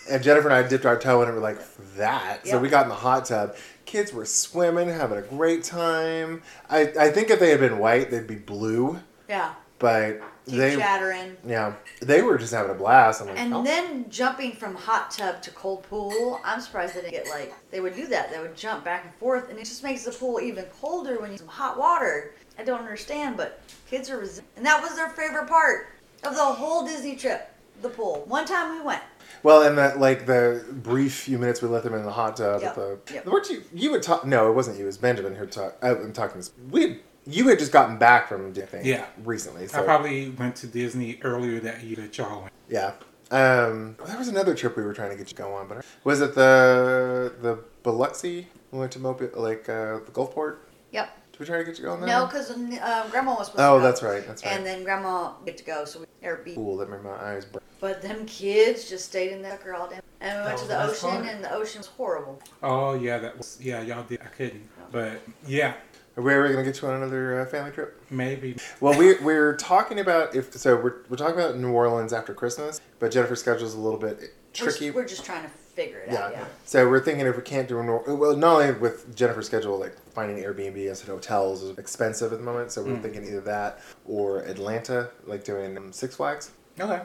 [SPEAKER 1] And Jennifer and I dipped our toe in it. We're like that. So
[SPEAKER 2] Yeah.
[SPEAKER 1] we got in the hot tub. Kids were swimming, having a great time. I, I think if they had been white, they'd be blue.
[SPEAKER 2] Yeah.
[SPEAKER 1] But
[SPEAKER 2] Keep
[SPEAKER 1] they
[SPEAKER 2] chattering.
[SPEAKER 1] yeah, they were just having a blast. I'm like,
[SPEAKER 2] And
[SPEAKER 1] "Oh."
[SPEAKER 2] then jumping from hot tub to cold pool, I'm surprised they didn't get like they would do that. They would jump back and forth, and it just makes the pool even colder when you some hot water. I don't understand, but kids are resilient, and that was their favorite part of the whole Disney trip, the pool. One time we went.
[SPEAKER 1] Well, and that like the brief few minutes we let them in the hot tub.
[SPEAKER 2] Yep,
[SPEAKER 1] At the
[SPEAKER 2] yep.
[SPEAKER 1] weren't you? You would talk. No, it wasn't you. It was Benjamin who talk. I, I'm talking. This. We you had just gotten back from I think,
[SPEAKER 3] Yeah.
[SPEAKER 1] recently.
[SPEAKER 3] I
[SPEAKER 1] So
[SPEAKER 3] probably went to Disney earlier that year that y'all went.
[SPEAKER 1] yeah. Um, there was another trip we were trying to get you to go on, but was it the the Biloxi? We went to Mobile, like uh, the Gulfport.
[SPEAKER 2] Yep.
[SPEAKER 1] Did we try to get you to go on that?
[SPEAKER 2] No, because um, Grandma was supposed to
[SPEAKER 1] Mm. Oh,
[SPEAKER 2] go.
[SPEAKER 1] that's right, that's right.
[SPEAKER 2] And then Grandma get to go, so we or be.
[SPEAKER 1] Cool. That made my eyes. burn.
[SPEAKER 2] But them kids just stayed in that sucker all day, and we
[SPEAKER 4] That
[SPEAKER 2] went to
[SPEAKER 4] was
[SPEAKER 2] the
[SPEAKER 4] the best
[SPEAKER 2] ocean,
[SPEAKER 4] part.
[SPEAKER 2] and the ocean was horrible.
[SPEAKER 3] Oh yeah, that was yeah. Y'all did. I couldn't, but yeah,
[SPEAKER 1] Are we ever gonna get you on another uh, family trip?
[SPEAKER 3] maybe.
[SPEAKER 1] Well, we're, we're talking about if so. We're, we're talking about New Orleans after Christmas, but Jennifer's schedule's a little bit
[SPEAKER 2] We're-
[SPEAKER 1] tricky.
[SPEAKER 2] We're just trying to figure it
[SPEAKER 1] Yeah.
[SPEAKER 2] out. Yeah.
[SPEAKER 1] So we're thinking if we can't do a normal, well, not only with Jennifer's schedule, like finding Airbnb as hotels is expensive at the moment. So we're
[SPEAKER 2] Mm.
[SPEAKER 1] thinking either that or Atlanta, like doing um, Six Flags.
[SPEAKER 3] Okay.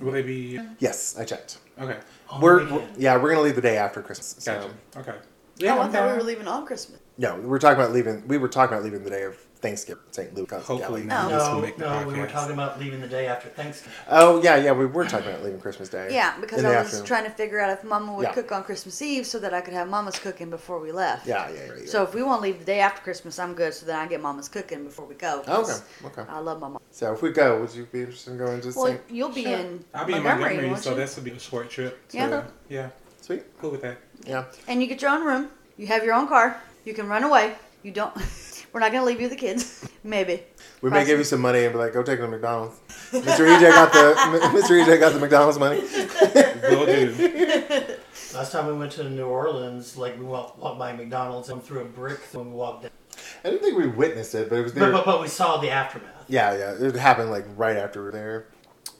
[SPEAKER 3] Will they be
[SPEAKER 1] Yes, I checked.
[SPEAKER 3] okay?
[SPEAKER 2] Oh,
[SPEAKER 4] On the
[SPEAKER 1] We're,
[SPEAKER 4] weekend.
[SPEAKER 1] yeah, we're gonna leave the day after Christmas. So.
[SPEAKER 3] Gotcha. Okay.
[SPEAKER 6] Oh,
[SPEAKER 3] Yeah,
[SPEAKER 6] I
[SPEAKER 3] I'm
[SPEAKER 6] thought we
[SPEAKER 3] down.
[SPEAKER 6] were leaving on Christmas.
[SPEAKER 1] No, we were talking about leaving. We were talking about leaving the day of Thanksgiving, St. Louis.
[SPEAKER 3] Hopefully
[SPEAKER 1] Galley.
[SPEAKER 3] none of this will
[SPEAKER 4] No,
[SPEAKER 3] make the
[SPEAKER 4] no, we were
[SPEAKER 3] podcast.
[SPEAKER 4] talking about leaving the day after Thanksgiving.
[SPEAKER 1] Oh yeah, yeah, we were talking about leaving Christmas Day.
[SPEAKER 2] Yeah, because
[SPEAKER 1] in
[SPEAKER 2] I
[SPEAKER 1] the
[SPEAKER 2] was
[SPEAKER 1] afternoon.
[SPEAKER 2] trying to figure out if Mama would
[SPEAKER 1] Yeah.
[SPEAKER 2] cook on Christmas Eve so that I could have Mama's cooking before we left.
[SPEAKER 1] Yeah, yeah, yeah. yeah.
[SPEAKER 2] So if we want to leave the day after Christmas, I'm good. So then I get Mama's cooking before we go.
[SPEAKER 1] Oh,
[SPEAKER 2] 'cause
[SPEAKER 1] okay, okay.
[SPEAKER 2] I love Mama.
[SPEAKER 1] So if we go, would you be interested in going to
[SPEAKER 2] Well,
[SPEAKER 1] St.
[SPEAKER 2] you'll be
[SPEAKER 6] Sure.
[SPEAKER 2] in
[SPEAKER 3] I'll be in
[SPEAKER 2] Montgomery,
[SPEAKER 3] Montgomery,
[SPEAKER 2] won't
[SPEAKER 3] so
[SPEAKER 2] you?
[SPEAKER 3] this will be a short trip. So,
[SPEAKER 2] Yeah.
[SPEAKER 3] Yeah.
[SPEAKER 1] Sweet?
[SPEAKER 3] Cool with that.
[SPEAKER 1] Yeah.
[SPEAKER 2] and you get your own room. You have your own car. You can run away. You don't. We're not gonna leave you with the kids. Maybe.
[SPEAKER 1] We may give you some money and be like, go take them to McDonald's. Mr. EJ got the Mr. EJ got the McDonald's money.
[SPEAKER 3] Will do.
[SPEAKER 4] Last time we went to New Orleans, like we walked, walked by McDonald's and threw a brick when we walked down.
[SPEAKER 1] I didn't think we witnessed it, but it was
[SPEAKER 4] But,
[SPEAKER 1] there.
[SPEAKER 4] but, but we saw the aftermath.
[SPEAKER 1] Yeah, yeah, it happened like right after we were there.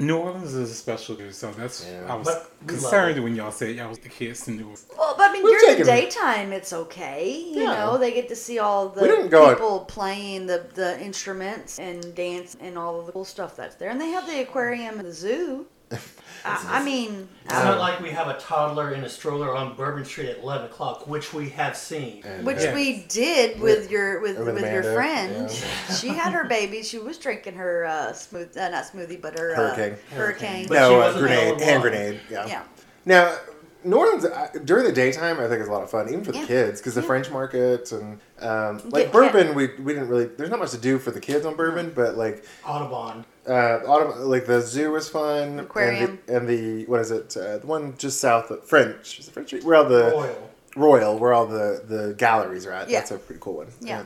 [SPEAKER 3] New Orleans is a special dude, so that's
[SPEAKER 1] Yeah.
[SPEAKER 3] I was
[SPEAKER 4] But we love
[SPEAKER 3] concerned when y'all said y'all was the kids to New Orleans.
[SPEAKER 2] Well, but I mean,
[SPEAKER 1] We'll
[SPEAKER 2] during the
[SPEAKER 1] take 'em.
[SPEAKER 2] daytime, it's okay. You
[SPEAKER 1] Yeah.
[SPEAKER 2] know, they get to see all the
[SPEAKER 1] We didn't go out-
[SPEAKER 2] people playing the, the instruments and dance and all of the cool stuff that's there. And they have the aquarium and the zoo. I, I mean, uh,
[SPEAKER 4] It's
[SPEAKER 2] I-
[SPEAKER 4] not like we have a toddler in a stroller on Bourbon Street at 11 o'clock, which we have seen.
[SPEAKER 1] And,
[SPEAKER 2] which
[SPEAKER 1] uh,
[SPEAKER 3] Yeah.
[SPEAKER 2] we did with your with,
[SPEAKER 1] With
[SPEAKER 2] with your
[SPEAKER 1] Amanda,
[SPEAKER 2] friend.
[SPEAKER 1] yeah.
[SPEAKER 2] She had her baby. She was drinking her uh, smooth, uh, not smoothie, but her
[SPEAKER 1] Hurricane.
[SPEAKER 2] Uh, hurricane.
[SPEAKER 4] But she
[SPEAKER 1] no uh,
[SPEAKER 4] wasn't the
[SPEAKER 1] grenade,
[SPEAKER 4] only
[SPEAKER 1] hand
[SPEAKER 4] one.
[SPEAKER 1] grenade. Yeah.
[SPEAKER 2] yeah.
[SPEAKER 1] Now, New Orleans uh, during the daytime, I think is a lot of fun, even for the
[SPEAKER 2] Yeah.
[SPEAKER 1] kids, because the
[SPEAKER 2] Yeah.
[SPEAKER 1] French market and um, like
[SPEAKER 2] yeah.
[SPEAKER 1] bourbon, we we didn't really. There's not much to do for the kids on bourbon, but like
[SPEAKER 4] Audubon.
[SPEAKER 1] uh, autumn, like the zoo was fun.
[SPEAKER 2] Aquarium.
[SPEAKER 1] and the, and the what is it? Uh, the one just south of French. Is it French? Street? Where all the
[SPEAKER 4] Oil.
[SPEAKER 1] Royal, where all the the galleries are at.
[SPEAKER 2] Yeah.
[SPEAKER 1] That's a pretty cool one.
[SPEAKER 2] Yeah.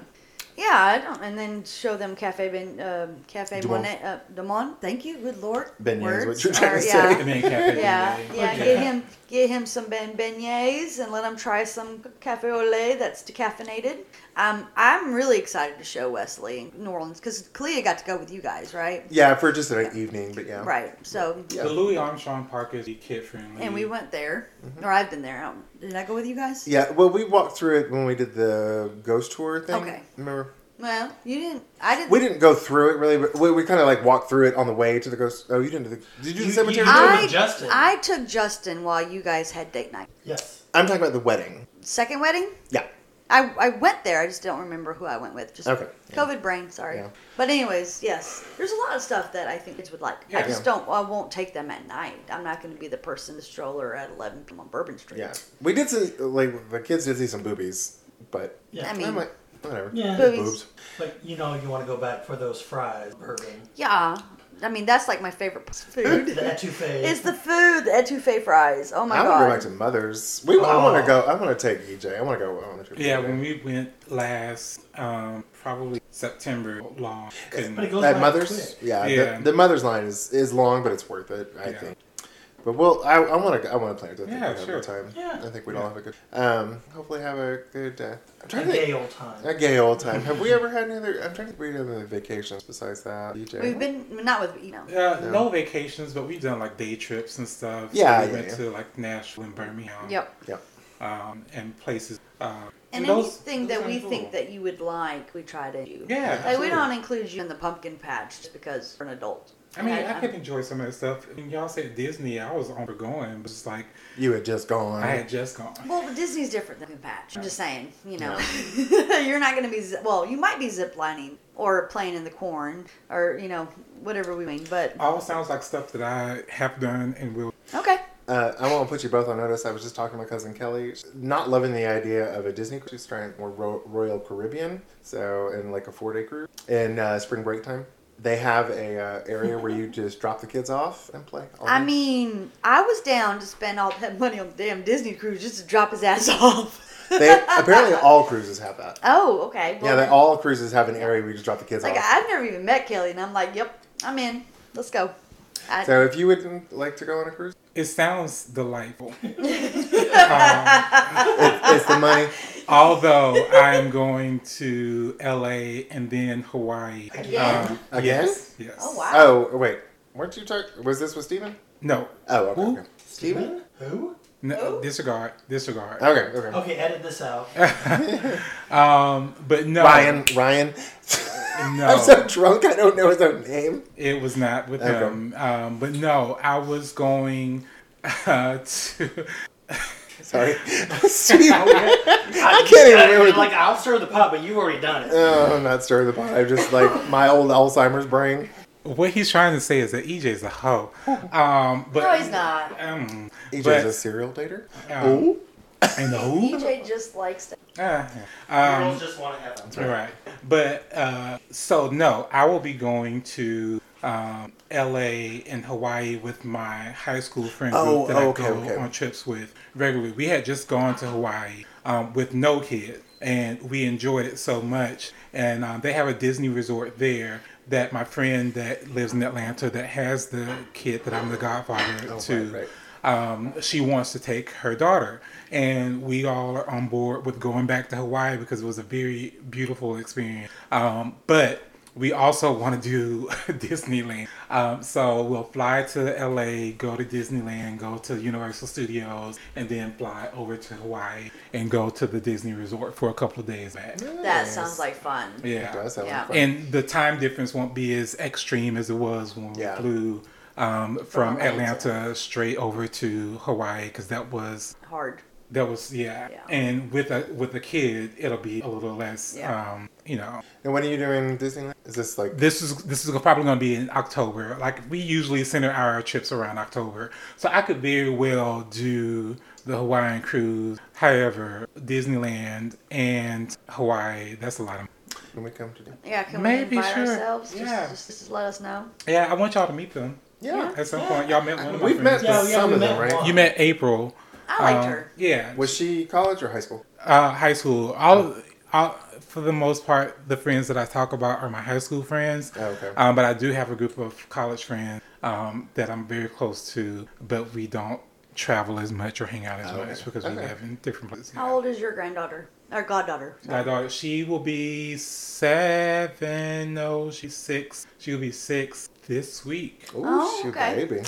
[SPEAKER 2] Yeah, I don't, and then show them Cafe Ben, um, Cafe
[SPEAKER 1] Dumont.
[SPEAKER 2] Monet, uh, Dumont. Thank you, good lord.
[SPEAKER 1] Beignet is what
[SPEAKER 2] Words
[SPEAKER 1] you're trying
[SPEAKER 2] are-
[SPEAKER 1] to
[SPEAKER 2] yeah.
[SPEAKER 1] say.
[SPEAKER 3] And then Cafe
[SPEAKER 2] Yeah,
[SPEAKER 3] Dulce.
[SPEAKER 2] yeah. Get him, get him some ben- beignets, and let him try some cafe au lait that's decaffeinated. Um, I'm really excited to show Wesley New Orleans because Kalia got to go with you guys, right?
[SPEAKER 1] Yeah, for just an evening, but yeah.
[SPEAKER 2] Right. So,
[SPEAKER 1] Yeah.
[SPEAKER 3] The Louis Armstrong Park is kid friendly.
[SPEAKER 2] and we went there, or I've been there. I don't- Did I go with you guys?
[SPEAKER 1] Mm-hmm. Yeah, well, we walked through it when we did the ghost tour thing.
[SPEAKER 2] Okay.
[SPEAKER 1] Remember?
[SPEAKER 2] Well, you didn't. I didn't.
[SPEAKER 1] We didn't go through it really, but we, we kind of like walked through it on the way to the ghost. Oh, you didn't do the. Did you do
[SPEAKER 4] You-
[SPEAKER 1] the cemetery?
[SPEAKER 4] you-
[SPEAKER 1] tour?
[SPEAKER 4] it
[SPEAKER 2] I,
[SPEAKER 4] with Justin.
[SPEAKER 2] I took Justin while you guys had date night.
[SPEAKER 4] Yes.
[SPEAKER 1] I'm talking about the wedding.
[SPEAKER 2] Second wedding.
[SPEAKER 1] Yeah.
[SPEAKER 2] I, I went there. I just don't remember who I went with. Just
[SPEAKER 1] Okay, yeah.
[SPEAKER 2] COVID brain. Sorry.
[SPEAKER 1] Yeah.
[SPEAKER 2] But anyways, yes. There's a lot of stuff that I think kids would like. I
[SPEAKER 3] Yeah.
[SPEAKER 2] just don't. I won't take them at night. I'm not going to be the person to stroller at 11 p.m. on Bourbon Street.
[SPEAKER 1] Yeah. We did see, like, the kids did see some boobies, but.
[SPEAKER 4] Yeah.
[SPEAKER 2] I mean-
[SPEAKER 1] I'm like, whatever.
[SPEAKER 4] Yeah.
[SPEAKER 2] Boobies.
[SPEAKER 1] Boobs.
[SPEAKER 4] But you know, you want to go back for those fries, bourbon,
[SPEAKER 2] Yeah. I mean, that's like my favorite food.
[SPEAKER 4] the etouffee.
[SPEAKER 2] It's the food, the etouffee fries. Oh my
[SPEAKER 1] I
[SPEAKER 2] god.
[SPEAKER 1] want to go back to Mother's. We, I
[SPEAKER 4] Oh.
[SPEAKER 1] want to go. I want to take EJ. I E want to go on the trip.
[SPEAKER 3] Yeah, when
[SPEAKER 1] we,
[SPEAKER 3] we went last, um, probably September long. couldn't-
[SPEAKER 4] but it goes
[SPEAKER 1] at
[SPEAKER 4] by
[SPEAKER 1] Mother's.
[SPEAKER 4] quick.
[SPEAKER 1] Yeah,
[SPEAKER 3] Yeah.
[SPEAKER 1] The, the Mother's line is is long, but it's worth it. I
[SPEAKER 3] Yeah.
[SPEAKER 1] think. But well, I I want to I want to plan it. I think
[SPEAKER 3] Yeah,
[SPEAKER 1] we'll have a
[SPEAKER 3] sure.
[SPEAKER 1] good time.
[SPEAKER 4] Yeah.
[SPEAKER 1] I think we'd all have a good. Um, hopefully have a good. Uh, I'm
[SPEAKER 4] A
[SPEAKER 1] trying to
[SPEAKER 4] gay
[SPEAKER 1] think.
[SPEAKER 4] old time.
[SPEAKER 1] A gay old time. Have we ever had any other? I'm trying to think. We have any vacations besides that. E EJ.
[SPEAKER 2] We've been not with you know.
[SPEAKER 3] Uh, no vacations, but we've done like day trips and stuff.
[SPEAKER 1] Yeah,
[SPEAKER 3] we
[SPEAKER 1] yeah,
[SPEAKER 3] went
[SPEAKER 1] yeah.
[SPEAKER 3] to like Nashville and Birmingham.
[SPEAKER 2] Yep.
[SPEAKER 1] Yeah.
[SPEAKER 3] Um, and places. Uh,
[SPEAKER 2] And
[SPEAKER 3] those-
[SPEAKER 2] anything
[SPEAKER 3] those
[SPEAKER 2] that
[SPEAKER 3] are
[SPEAKER 2] we
[SPEAKER 3] cool.
[SPEAKER 2] think that you would like, we try to do.
[SPEAKER 3] Yeah,
[SPEAKER 2] Like we
[SPEAKER 3] absolutely.
[SPEAKER 2] don't include you in the pumpkin patch just because you're an adult.
[SPEAKER 3] I mean,
[SPEAKER 2] And
[SPEAKER 3] I, could enjoy some of that stuff. And y'all said Disney, I was on for going, but it's like
[SPEAKER 1] You had just gone.
[SPEAKER 3] I had just gone.
[SPEAKER 2] Well, but Disney's different than Patch. I'm just saying, you know, you're not going to be zi- well. You might be ziplining or playing in the corn or you know whatever we mean. But
[SPEAKER 3] All sounds like stuff that I have done and will.
[SPEAKER 2] okay,
[SPEAKER 1] Uh, I want to put you both on notice. I was just talking to my cousin Kelly, not loving the idea of a Disney cruise. She's trying more Ro- Royal Caribbean, so in like a four day cruise in uh, spring break time. They have a uh, area where you just drop the kids off and play. all
[SPEAKER 2] I
[SPEAKER 1] day.
[SPEAKER 2] mean, I was down to spend all that money on the damn Disney cruise just to drop his ass off.
[SPEAKER 1] they apparently all cruises have that.
[SPEAKER 2] Oh, okay.
[SPEAKER 1] Yeah, they,
[SPEAKER 2] then-
[SPEAKER 1] all cruises have an area where you just drop the kids
[SPEAKER 2] Like
[SPEAKER 1] off.
[SPEAKER 2] I've never even met Kelly, and I'm like, yep, I'm in. Let's go. I,
[SPEAKER 1] So if you would like to go on a cruise,
[SPEAKER 3] It sounds delightful. um,
[SPEAKER 1] it's, it's the money.
[SPEAKER 3] although I'm going to LA and then Hawaii.
[SPEAKER 2] Again?
[SPEAKER 3] Um,
[SPEAKER 1] Again?
[SPEAKER 3] Yes. yes.
[SPEAKER 2] oh wow.
[SPEAKER 1] uh, Oh wait, weren't you talking? Was this with Steven?
[SPEAKER 3] No.
[SPEAKER 1] Oh, okay.
[SPEAKER 3] Who?
[SPEAKER 1] okay. Steven?
[SPEAKER 4] Who?
[SPEAKER 3] No,
[SPEAKER 5] Oh.
[SPEAKER 3] disregard, disregard.
[SPEAKER 1] Okay, okay.
[SPEAKER 4] Okay, edit this out.
[SPEAKER 3] Um, but no,
[SPEAKER 1] Ryan, Ryan.
[SPEAKER 3] No.
[SPEAKER 1] I'm so drunk I don't know his own name.
[SPEAKER 3] It was not with
[SPEAKER 1] Okay.
[SPEAKER 3] him. Um, but no, I was going uh, to.
[SPEAKER 1] Sorry. Steve.
[SPEAKER 4] I
[SPEAKER 1] can't even remember.
[SPEAKER 4] Like I'll stir the pot, but you've already done it.
[SPEAKER 1] Oh, I'm not stirring the pot. I'm just like my old Alzheimer's brain.
[SPEAKER 3] What he's trying to say is that EJ's a hoe. Um, but
[SPEAKER 2] No, he's not.
[SPEAKER 3] Um,
[SPEAKER 1] EJ's
[SPEAKER 3] But-
[SPEAKER 1] a serial dater. Oh,
[SPEAKER 3] um, And the who?
[SPEAKER 2] DJ just likes to.
[SPEAKER 3] Uh,
[SPEAKER 4] Girls
[SPEAKER 3] um,
[SPEAKER 4] just want to have them.
[SPEAKER 3] all right. But uh, so no, I will be going to um, LA and Hawaii with my high school friend group
[SPEAKER 1] Oh,
[SPEAKER 3] that
[SPEAKER 1] okay,
[SPEAKER 3] I go
[SPEAKER 1] okay.
[SPEAKER 3] on trips with regularly. We had just gone to Hawaii um, with no kid, and we enjoyed it so much. And um, they have a Disney resort there that my friend that lives in Atlanta that has the kid that I'm the godfather to.
[SPEAKER 1] Oh, right, right.
[SPEAKER 3] um, she wants to take her daughter. And we all are on board with going back to Hawaii because it was a very beautiful experience. Um, but we also want to do Disneyland. Um, so we'll fly to LA, go to Disneyland, go to Universal Studios, and then fly over to Hawaii and go to the Disney resort for a couple of days back.
[SPEAKER 2] That sounds like fun.
[SPEAKER 1] It does sound
[SPEAKER 2] Yeah.
[SPEAKER 1] like fun.
[SPEAKER 3] And the time difference won't be as extreme as it was when
[SPEAKER 1] Yeah.
[SPEAKER 3] we flew um, from
[SPEAKER 2] Atlanta.
[SPEAKER 3] Atlanta straight over to Hawaii because that was
[SPEAKER 2] Hard.
[SPEAKER 3] that was yeah.
[SPEAKER 2] Yeah.
[SPEAKER 3] And with a with a kid, it'll be a little less.
[SPEAKER 2] Yeah.
[SPEAKER 3] Um, you know,
[SPEAKER 1] and when are you doing Disneyland? Is this like
[SPEAKER 3] this is this is probably going to be in October. Like we usually center our trips around October, so I could very well do the Hawaiian cruise. However, Disneyland and Hawaii, that's a lot of.
[SPEAKER 1] when we come to do?
[SPEAKER 2] Yeah, can
[SPEAKER 3] Maybe,
[SPEAKER 2] we invite
[SPEAKER 3] sure.
[SPEAKER 2] ourselves? Just,
[SPEAKER 3] Yeah.
[SPEAKER 2] just, just let us know.
[SPEAKER 3] Yeah, I want y'all to meet them.
[SPEAKER 1] Yeah.
[SPEAKER 3] At some point, y'all met one of my
[SPEAKER 1] We've met
[SPEAKER 3] friends.
[SPEAKER 4] Yeah,
[SPEAKER 1] with
[SPEAKER 4] yeah,
[SPEAKER 1] some
[SPEAKER 4] we
[SPEAKER 1] of them,
[SPEAKER 4] met
[SPEAKER 1] right?
[SPEAKER 4] one.
[SPEAKER 3] You met April.
[SPEAKER 2] I liked
[SPEAKER 3] Um,
[SPEAKER 2] her.
[SPEAKER 3] Yeah,
[SPEAKER 1] Was she college or high school?
[SPEAKER 3] uh, high school. All, all for the most part, the friends that I talk about are my high school friends.
[SPEAKER 1] Oh, okay.
[SPEAKER 3] Um, but I do have a group of college friends um, that I'm very close to, but we don't travel as much or hang out as
[SPEAKER 1] Oh,
[SPEAKER 3] much
[SPEAKER 1] okay.
[SPEAKER 3] because we
[SPEAKER 1] Okay.
[SPEAKER 3] live in different places.
[SPEAKER 2] How old is your granddaughter? Or goddaughter. sorry.
[SPEAKER 3] My daughter, she will be seven. No, she's six. She will be six this week.
[SPEAKER 1] Ooh,
[SPEAKER 2] Oh,
[SPEAKER 1] shoot,
[SPEAKER 2] okay.
[SPEAKER 1] baby.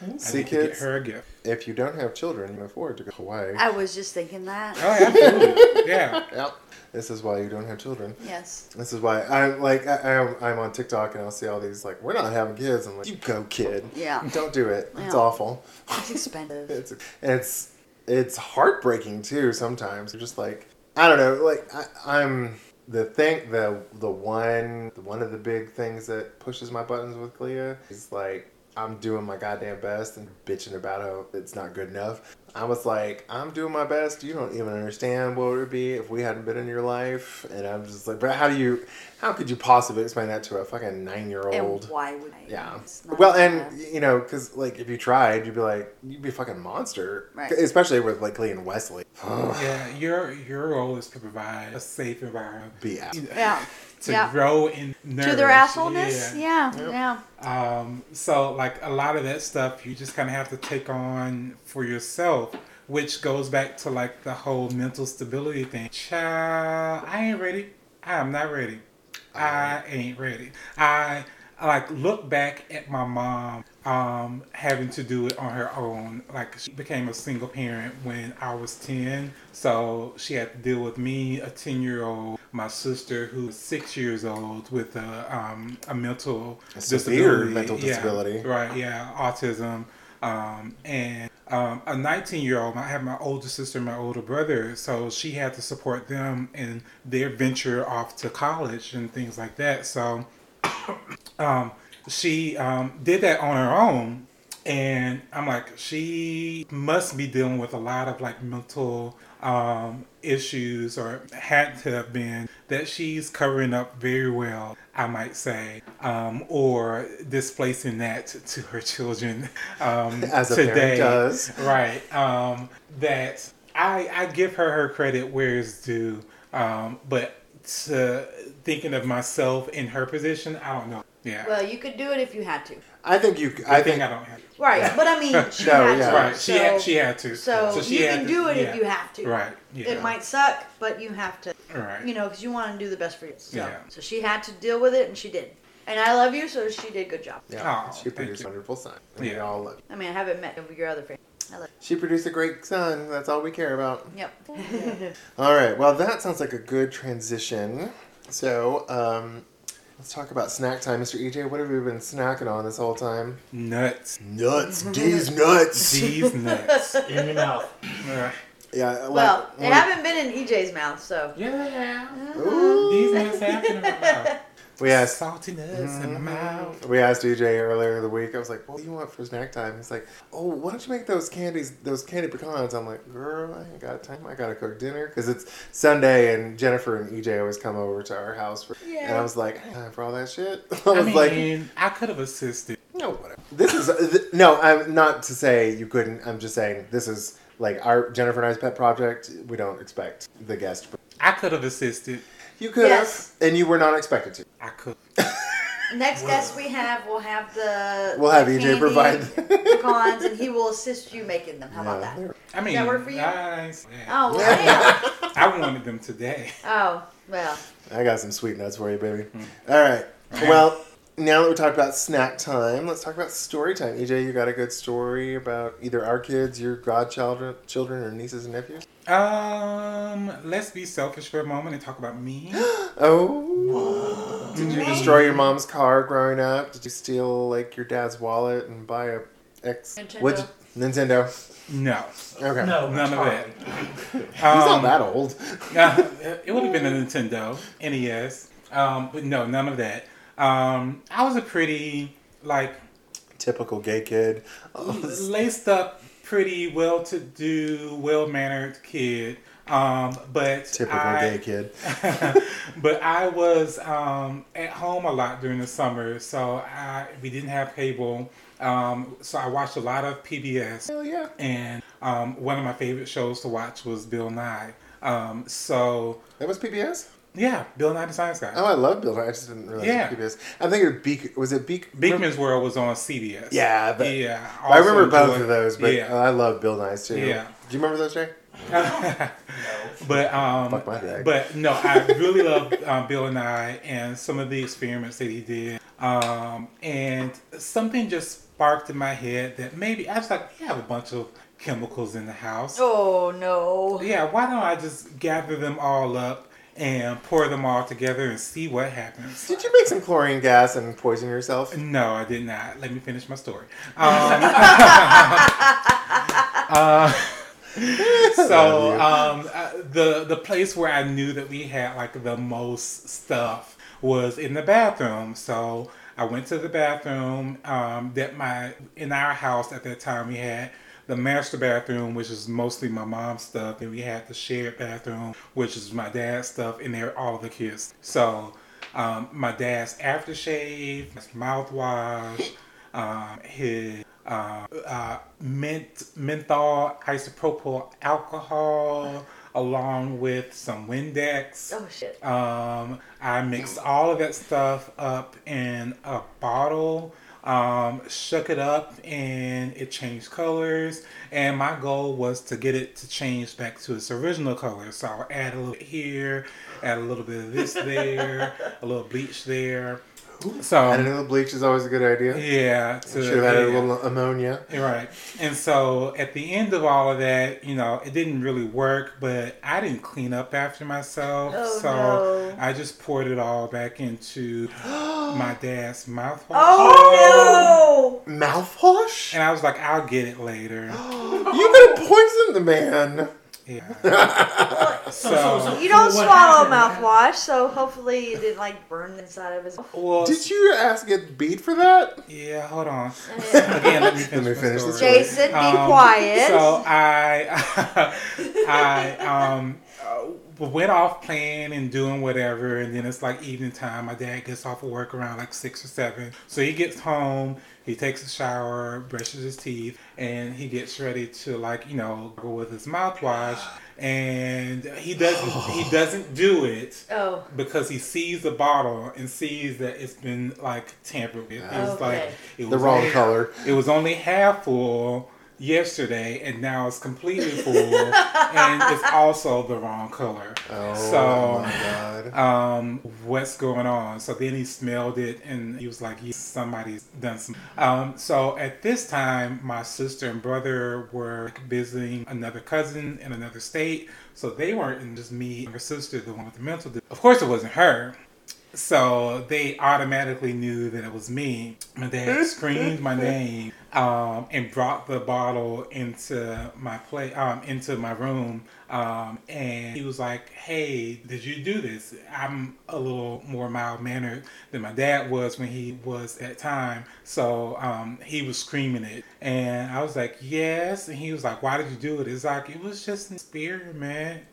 [SPEAKER 3] I
[SPEAKER 1] See,
[SPEAKER 3] need to get
[SPEAKER 1] kids,
[SPEAKER 3] her a gift.
[SPEAKER 1] if you don't have children, you can afford to go to Hawaii.
[SPEAKER 2] I was just thinking that.
[SPEAKER 3] Oh, absolutely. yeah.
[SPEAKER 1] Yep. This is why you don't have children.
[SPEAKER 2] Yes.
[SPEAKER 1] This is why I'm like I, I'm, I'm on TikTok and I'll see all these like we're not having kids. I'm like you go kid.
[SPEAKER 2] Yeah.
[SPEAKER 1] Don't do it. It's
[SPEAKER 2] Yeah.
[SPEAKER 1] awful.
[SPEAKER 2] It's expensive.
[SPEAKER 1] It's it's it's heartbreaking too. Sometimes you're just like I don't know. Like I, I'm the thing the the one one of the big things that pushes my buttons with Clea is like I'm doing my goddamn best and bitching about how it's not good enough. I was like, I'm doing my best. You don't even understand what it would be if we hadn't been in your life. And I'm just like, but how do you, how could you possibly explain that to a fucking nine year
[SPEAKER 2] And
[SPEAKER 1] old?
[SPEAKER 2] why would I?
[SPEAKER 1] Yeah.
[SPEAKER 2] It's not
[SPEAKER 1] Well,
[SPEAKER 2] bad.
[SPEAKER 1] and you know, because like if you tried, you'd be like, you'd be a fucking monster.
[SPEAKER 2] Right.
[SPEAKER 1] Especially with like Lee and Wesley.
[SPEAKER 3] Yeah, your your role is to provide a safe environment
[SPEAKER 1] Be out.
[SPEAKER 2] Yeah.
[SPEAKER 3] to
[SPEAKER 2] Yeah.
[SPEAKER 3] grow and nourish.
[SPEAKER 2] To their assholeness?
[SPEAKER 3] Yeah.
[SPEAKER 2] Yeah. Yeah.
[SPEAKER 3] Um, so like a lot of that stuff, you just kind of have to take on for yourself, which goes back to like the whole mental stability thing. Child, I ain't ready. I am not ready. I ain't ready. I I, like look back at my mom um having to do it on her own like she became a single parent when i was 10 so she had to deal with me a 10 year old my sister who's six years old with a um a mental
[SPEAKER 1] A severe
[SPEAKER 3] disability.
[SPEAKER 1] mental
[SPEAKER 3] Yeah,
[SPEAKER 1] disability.
[SPEAKER 3] right yeah autism um and um, a 19 year old i have my older sister and my older brother so she had to support them in their venture off to college and things like that so um, she um, did that on her own and i'm like she must be dealing with a lot of like mental um, issues or had to have been that she's covering up very well i might say um, or displacing that to her children um,
[SPEAKER 1] As a
[SPEAKER 3] today
[SPEAKER 1] parent does.
[SPEAKER 3] right um, that I, I give her her credit where it's due um, but to thinking of myself in her position i don't know yeah
[SPEAKER 2] Well, you could do it if you had to.
[SPEAKER 1] I think you. I
[SPEAKER 3] I think
[SPEAKER 1] think.
[SPEAKER 3] I don't have. To.
[SPEAKER 2] Right. But I mean, she
[SPEAKER 1] No,
[SPEAKER 2] had
[SPEAKER 1] yeah.
[SPEAKER 2] to.
[SPEAKER 3] Right. she had.
[SPEAKER 2] So-
[SPEAKER 3] She had to.
[SPEAKER 2] So,
[SPEAKER 3] she
[SPEAKER 2] you
[SPEAKER 3] had
[SPEAKER 2] can
[SPEAKER 3] to-
[SPEAKER 2] do it
[SPEAKER 3] yeah.
[SPEAKER 2] if you have to.
[SPEAKER 3] Right. Yeah.
[SPEAKER 2] It might suck, but you have to.
[SPEAKER 3] Right.
[SPEAKER 2] You know, because you want to do the best for you. So.
[SPEAKER 3] Yeah.
[SPEAKER 2] so she had to deal with it, and she did. And I love you, so she did good job.
[SPEAKER 1] Yeah.
[SPEAKER 3] Oh,
[SPEAKER 1] she
[SPEAKER 3] thank
[SPEAKER 1] produced
[SPEAKER 3] you.
[SPEAKER 1] wonderful son. And we
[SPEAKER 3] Yeah.
[SPEAKER 1] all love.
[SPEAKER 2] I mean, I haven't met your other friend. I love-
[SPEAKER 1] She produced a great son. That's all we care about.
[SPEAKER 2] Yep.
[SPEAKER 1] All right. Well, that sounds like a good transition. So, um, let's talk about snack time, Mr. EJ. What have you been snacking on this whole time?
[SPEAKER 3] Nuts.
[SPEAKER 1] Nuts. These nuts.
[SPEAKER 3] These nuts.
[SPEAKER 4] in your mouth.
[SPEAKER 3] Ugh.
[SPEAKER 1] Yeah. Like,
[SPEAKER 2] Well, they
[SPEAKER 1] when-
[SPEAKER 2] haven't been in EJ's mouth, so
[SPEAKER 3] yeah.
[SPEAKER 1] Ooh.
[SPEAKER 3] These nuts happen in my mouth.
[SPEAKER 1] We asked.
[SPEAKER 3] Salty nuts in my mouth.
[SPEAKER 1] We asked EJ earlier in the week. I was like, "What do you want for snack time?" He's like, "Oh, why don't you make those candies, those candy pecans?" I'm like, "Girl, I ain't got time. I gotta cook dinner because it's Sunday, and Jennifer and EJ always come over to our house for." And I
[SPEAKER 2] Yeah.
[SPEAKER 1] was like, "I ain't "Time for all that shit?" I was
[SPEAKER 3] I mean,
[SPEAKER 1] like,
[SPEAKER 3] I could have assisted.
[SPEAKER 1] No, whatever. This is uh, th- no. I'm not to say you couldn't. I'm just saying this is like our Jennifer and I's pet project. We don't expect the guest.
[SPEAKER 3] I could have assisted.
[SPEAKER 1] You could have,
[SPEAKER 2] Yes.
[SPEAKER 1] and you were not expected to.
[SPEAKER 3] I could.
[SPEAKER 2] next guest we have, we'll have the
[SPEAKER 1] We'll have
[SPEAKER 2] the
[SPEAKER 1] EJ
[SPEAKER 2] candy
[SPEAKER 1] provide.
[SPEAKER 2] pecans, and he will assist you making them. How about
[SPEAKER 1] Yeah,
[SPEAKER 2] that?
[SPEAKER 3] I mean,
[SPEAKER 2] that work for you?
[SPEAKER 3] nice. Yeah.
[SPEAKER 2] Oh well, yeah.
[SPEAKER 3] I wanted them today.
[SPEAKER 2] Oh well,
[SPEAKER 1] I got some sweet nuts for you, baby. All right. Well, now that we talked about snack time, let's talk about story time. EJ, you got a good story about either our kids, your godchildren, children, or nieces and nephews?
[SPEAKER 3] Um, let's be selfish for a moment and talk about me. Mm-hmm.
[SPEAKER 1] Oh. Did you destroy your mom's car growing up? Did you steal like your dad's wallet and buy a X?
[SPEAKER 2] Nintendo.
[SPEAKER 1] what'd you- Nintendo.
[SPEAKER 3] No,
[SPEAKER 1] Okay.
[SPEAKER 4] No,
[SPEAKER 3] none of
[SPEAKER 4] sorry.
[SPEAKER 3] it.
[SPEAKER 1] He's not
[SPEAKER 3] Um,
[SPEAKER 1] that old.
[SPEAKER 3] uh, it would have been a Nintendo NES. Um, but no, none of that. Um, I was a pretty like
[SPEAKER 1] Typical gay kid. Oh,
[SPEAKER 3] laced up, pretty well-to-do, well-mannered kid. Um, but
[SPEAKER 1] Typical
[SPEAKER 3] I,
[SPEAKER 1] gay kid.
[SPEAKER 3] but I was um, at home a lot during the summer, so I we didn't have cable. Um, so I watched a lot of PBS,
[SPEAKER 1] Hell yeah.
[SPEAKER 3] and um, one of my favorite shows to watch was Bill Nye. Um, so
[SPEAKER 1] That was PBS?
[SPEAKER 3] yeah, Bill Nye the Science Guy.
[SPEAKER 1] Oh, I love Bill. Nye. I just didn't realize
[SPEAKER 3] Yeah.
[SPEAKER 1] it was PBS. I think it was Beak. Was it Beak?
[SPEAKER 3] Beekman's World was on CBS.
[SPEAKER 1] Yeah, but-
[SPEAKER 3] yeah.
[SPEAKER 1] I remember
[SPEAKER 3] also
[SPEAKER 1] both
[SPEAKER 3] enjoyed-
[SPEAKER 1] of those, but
[SPEAKER 3] yeah.
[SPEAKER 1] I love Bill Nye's too.
[SPEAKER 3] Yeah.
[SPEAKER 1] Do you remember those, Jay?
[SPEAKER 3] But um,
[SPEAKER 1] uh, Fuck my bag.
[SPEAKER 3] but no, I really love um, Bill and I and some of the experiments that he did. Um, and something just sparked in my head that maybe I was like, we have a bunch of chemicals in the house.
[SPEAKER 2] oh no.
[SPEAKER 3] Yeah, why don't I just gather them all up and pour them all together and see what happens?
[SPEAKER 1] Did you make some chlorine gas and poison yourself?
[SPEAKER 3] No, I did not. Let me finish my story. Um, so um, uh, the the place where I knew that we had like the most stuff was in the bathroom. So I went to the bathroom um, that my in our house at that time we had the master bathroom, which is mostly my mom's stuff, and we had the shared bathroom, which is my dad's stuff, and there all the kids. So um, my dad's aftershave, his mouthwash, um, his uh, uh, mint menthol isopropyl alcohol along with some Windex.
[SPEAKER 2] Oh shit.
[SPEAKER 3] Um, I mixed all of that stuff up in a bottle, um, shook it up, and it changed colors. And my goal was to get it to change back to its original color. So I'll add a little bit here, add a little bit of this there, a little bleach there. So
[SPEAKER 1] I know bleach is always a good idea.
[SPEAKER 3] yeah, to,
[SPEAKER 1] Should have added a
[SPEAKER 3] yeah.
[SPEAKER 1] little ammonia.
[SPEAKER 3] You're Right. And so at the end of all of that, you know, it didn't really work, but I didn't clean up after myself.
[SPEAKER 2] Oh,
[SPEAKER 3] so uh,
[SPEAKER 2] no.
[SPEAKER 3] I just poured it all back into my dad's mouthwash.
[SPEAKER 2] Oh
[SPEAKER 1] Mouthwash?
[SPEAKER 3] And I was like, I'll get it later.
[SPEAKER 1] You could have poisoned the man.
[SPEAKER 3] Yeah.
[SPEAKER 4] So, so, so,
[SPEAKER 3] so,
[SPEAKER 2] no. You don't
[SPEAKER 4] what
[SPEAKER 2] swallow
[SPEAKER 4] happened?
[SPEAKER 2] mouthwash, so hopefully it didn't like burn the inside of his.
[SPEAKER 3] well,
[SPEAKER 1] Did you ask get beat for that?
[SPEAKER 3] yeah, hold on. Again, let me finish,
[SPEAKER 1] Let me
[SPEAKER 3] my
[SPEAKER 1] finish the
[SPEAKER 3] story.
[SPEAKER 1] story.
[SPEAKER 2] Jason, be
[SPEAKER 3] Um,
[SPEAKER 2] quiet.
[SPEAKER 3] So I, I um, uh, went off playing and doing whatever, and then it's like evening time. My dad gets off of work around like six or seven, so he gets home. He takes a shower, brushes his teeth, and he gets ready to like you know go with his mouthwash. And he doesn't he doesn't do it
[SPEAKER 2] oh.
[SPEAKER 3] because he sees the bottle and sees that it's been like tampered with. It was
[SPEAKER 2] Okay.
[SPEAKER 3] like it
[SPEAKER 1] The
[SPEAKER 3] was
[SPEAKER 1] wrong
[SPEAKER 3] half-
[SPEAKER 1] color.
[SPEAKER 3] It was only half full, yesterday and now it's completely full and it's also the wrong color.
[SPEAKER 1] Oh
[SPEAKER 3] So-
[SPEAKER 1] my god.
[SPEAKER 3] Um, what's going on? So then he smelled it and he was like, yeah, somebody's done some. Um, so at this time, my sister and brother were visiting another cousin in another state. So they weren't, and just me and her sister, the one with the mental. Dis- of course, it wasn't her. So they automatically knew that it was me. My dad screamed my name um, and brought the bottle into my play um, into my room. Um, and he was like, "Hey, did you do this?" I'm a little more mild mannered than my dad was when he was at time. So um, he was screaming it, and I was like, "Yes." And he was like, "Why did you do it?" It's like it was just an experiment.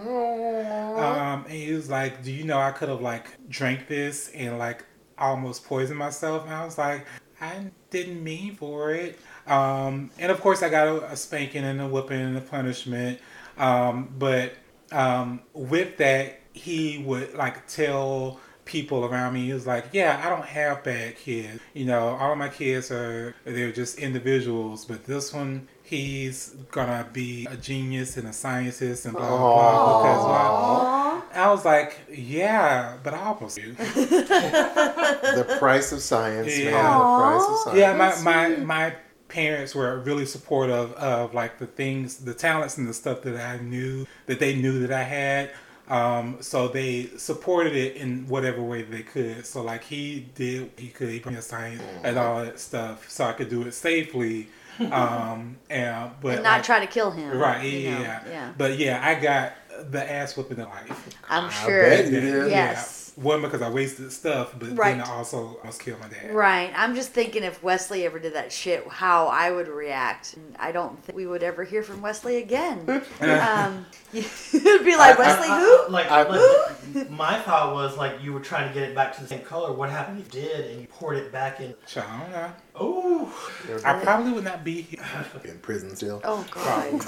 [SPEAKER 3] Um, and he was like, "Do you know I could have like drank this and like almost poisoned myself?" And I was like, "I didn't mean for it." Um, and of course, I got a, a spanking and a whipping and a punishment. Um, but um, with that, he would like tell people around me. He was like, "Yeah, I don't have bad kids. You know, all of my kids are they're just individuals, but this one." He's gonna be a genius and a scientist and blah blah blah because why- I was like, yeah, but I almost do.
[SPEAKER 1] the price of science, man.
[SPEAKER 3] Yeah.
[SPEAKER 1] The price of science.
[SPEAKER 3] yeah, my, my my parents were really supportive of like the things, the talents, and the stuff that I knew that they knew that I had. Um, so they supported it in whatever way they could. So like he did, what he could he put me in science and all that stuff, so I could do it safely. Um, and but
[SPEAKER 2] and
[SPEAKER 3] like-
[SPEAKER 2] not try to kill him.
[SPEAKER 3] right,
[SPEAKER 2] you know,
[SPEAKER 3] yeah,
[SPEAKER 2] yeah.
[SPEAKER 3] But yeah, I got the ass whipping of life.
[SPEAKER 2] I'm
[SPEAKER 1] I
[SPEAKER 2] sure.
[SPEAKER 1] bet you did.
[SPEAKER 2] Yes.
[SPEAKER 3] Yeah. One because I wasted stuff, but
[SPEAKER 2] Right.
[SPEAKER 3] then I also almost killed my dad.
[SPEAKER 2] Right. I'm just thinking if Wesley ever did that shit, how I would react. And I don't think we would ever hear from Wesley again. um, you'd be like, Wesley, who?
[SPEAKER 4] Like,
[SPEAKER 1] I-
[SPEAKER 4] like, my thought was like you were trying to get it back to the same color. What happened? You did, and you poured it back in.
[SPEAKER 3] So I don't know.
[SPEAKER 4] Oh,
[SPEAKER 3] I probably would not be here.
[SPEAKER 1] in prison still.
[SPEAKER 2] Oh, God.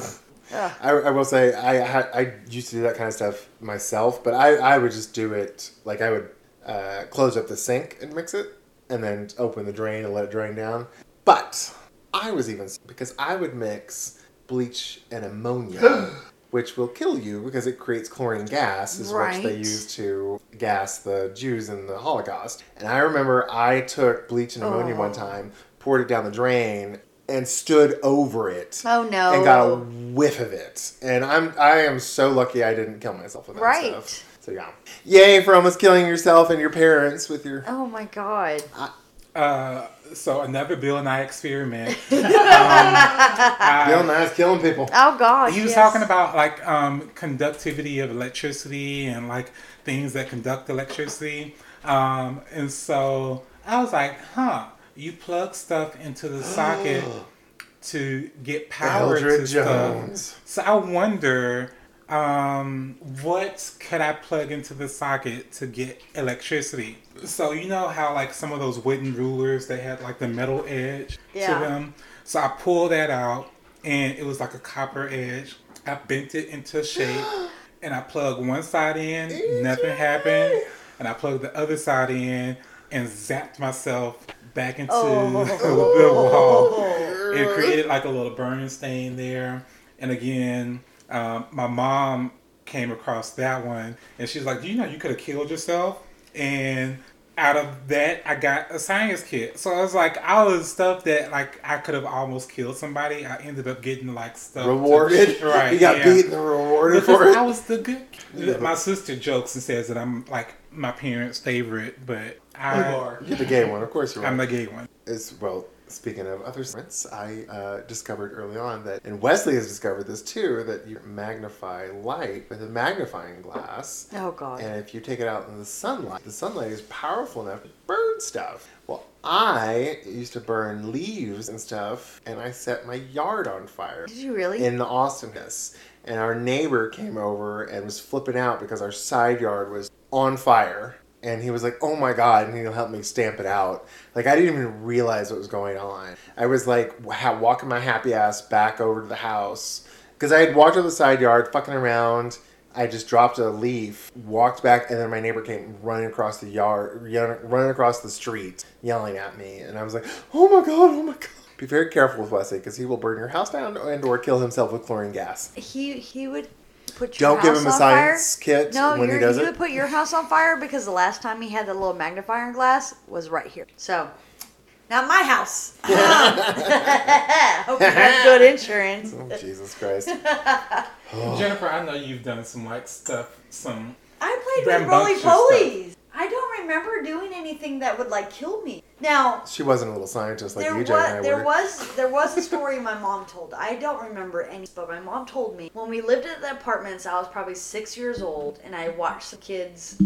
[SPEAKER 2] Ugh.
[SPEAKER 1] I, I will say I had I used to do that kind of stuff myself, but I, I would just do it like I would uh, close up the sink and mix it, and then open the drain and let it drain down. But I was even because I would mix bleach and ammonia, which will kill you because it creates chlorine gas, is which
[SPEAKER 2] Right.
[SPEAKER 1] they used to gas the Jews in the Holocaust. And I remember I took bleach and ammonia
[SPEAKER 2] Oh.
[SPEAKER 1] one time, poured it down the drain, and stood over it
[SPEAKER 2] Oh, no.
[SPEAKER 1] and got a whiff of it. And I'm I am so lucky I didn't kill myself with that
[SPEAKER 2] Right.
[SPEAKER 1] stuff. So yeah, yay for almost killing yourself and your parents with your.
[SPEAKER 2] Oh, my God.
[SPEAKER 3] Uh, so another Bill and I experiment. Um,
[SPEAKER 1] Bill Nye's killing people.
[SPEAKER 2] Oh, God.
[SPEAKER 3] He was
[SPEAKER 2] yes.
[SPEAKER 3] talking about like um, conductivity of electricity and like things that conduct electricity. Um, and so I was like, huh, you plug stuff into the socket to get power to
[SPEAKER 1] Eldred
[SPEAKER 3] stuff.
[SPEAKER 1] Jones.
[SPEAKER 3] So I wonder um, what could I plug into the socket to get electricity? So you know how like some of those wooden rulers they had like the metal edge
[SPEAKER 2] Yeah.
[SPEAKER 3] to them. So I pulled that out and it was like a copper edge. I bent it into shape and I plugged one side in, nothing happened. And I plugged the other side in and zapped myself back into the wall it created like a little burn stain there. And again, um, my mom came across that one, and she's like, "You know, you could have killed yourself." And out of that, I got a science kit. So I was like, all of the stuff that like I could have almost killed somebody, I ended up getting like stuff to-
[SPEAKER 1] Rewarded.
[SPEAKER 3] uh, right?
[SPEAKER 1] You got
[SPEAKER 3] yeah.
[SPEAKER 1] beaten and rewarded for
[SPEAKER 3] Because
[SPEAKER 1] it.
[SPEAKER 3] I was the good. My sister jokes and says that I'm like my parents' favorite, but
[SPEAKER 4] you
[SPEAKER 3] I,
[SPEAKER 4] are.
[SPEAKER 1] You're the gay one, of course you are.
[SPEAKER 3] I'm the gay one.
[SPEAKER 1] It's- well, speaking of other friends, I uh, discovered early on that, and Wesley has discovered this too, that you magnify light with a magnifying glass.
[SPEAKER 2] Oh, God.
[SPEAKER 1] And if you take it out in the sunlight, the sunlight is powerful enough to burn stuff. Well, I used to burn leaves and stuff, and I set my yard on fire
[SPEAKER 2] Did you really?
[SPEAKER 1] in the awesomeness. And our neighbor came over and was flipping out because our side yard was on fire. And he was like, oh my God, and he'll help me stamp it out. Like, I didn't even realize what was going on. I was like, ha- walking my happy ass back over to the house. Because I had walked up the side yard, fucking around. I just dropped a leaf, walked back, and then my neighbor came running across the yard, run- running across the street, yelling at me. And I was like, oh my God, oh my God. Be very careful with Wesley because he will burn your house down and or kill himself with chlorine gas.
[SPEAKER 2] He he would put your
[SPEAKER 1] Don't give
[SPEAKER 2] house
[SPEAKER 1] him a
[SPEAKER 2] on fire.
[SPEAKER 1] science kit
[SPEAKER 2] No,
[SPEAKER 1] when he
[SPEAKER 2] you're-
[SPEAKER 1] does
[SPEAKER 2] he
[SPEAKER 1] it.
[SPEAKER 2] would put your house on fire because the last time he had the little magnifying glass was right here. So, not my house. Hope you have good insurance.
[SPEAKER 1] Oh, Jesus Christ.
[SPEAKER 3] Jennifer, I know you've done some like stuff, some
[SPEAKER 2] I played with roly
[SPEAKER 3] Rambunctious
[SPEAKER 2] polies. I don't remember doing anything that would like kill me. Now
[SPEAKER 1] She wasn't a little scientist like
[SPEAKER 2] there
[SPEAKER 1] you,
[SPEAKER 2] was
[SPEAKER 1] Jay and I
[SPEAKER 2] there
[SPEAKER 1] were.
[SPEAKER 2] was there was a story my mom told. I don't remember any, but my mom told me when we lived at the apartments. I was probably six years old, and I watched some kids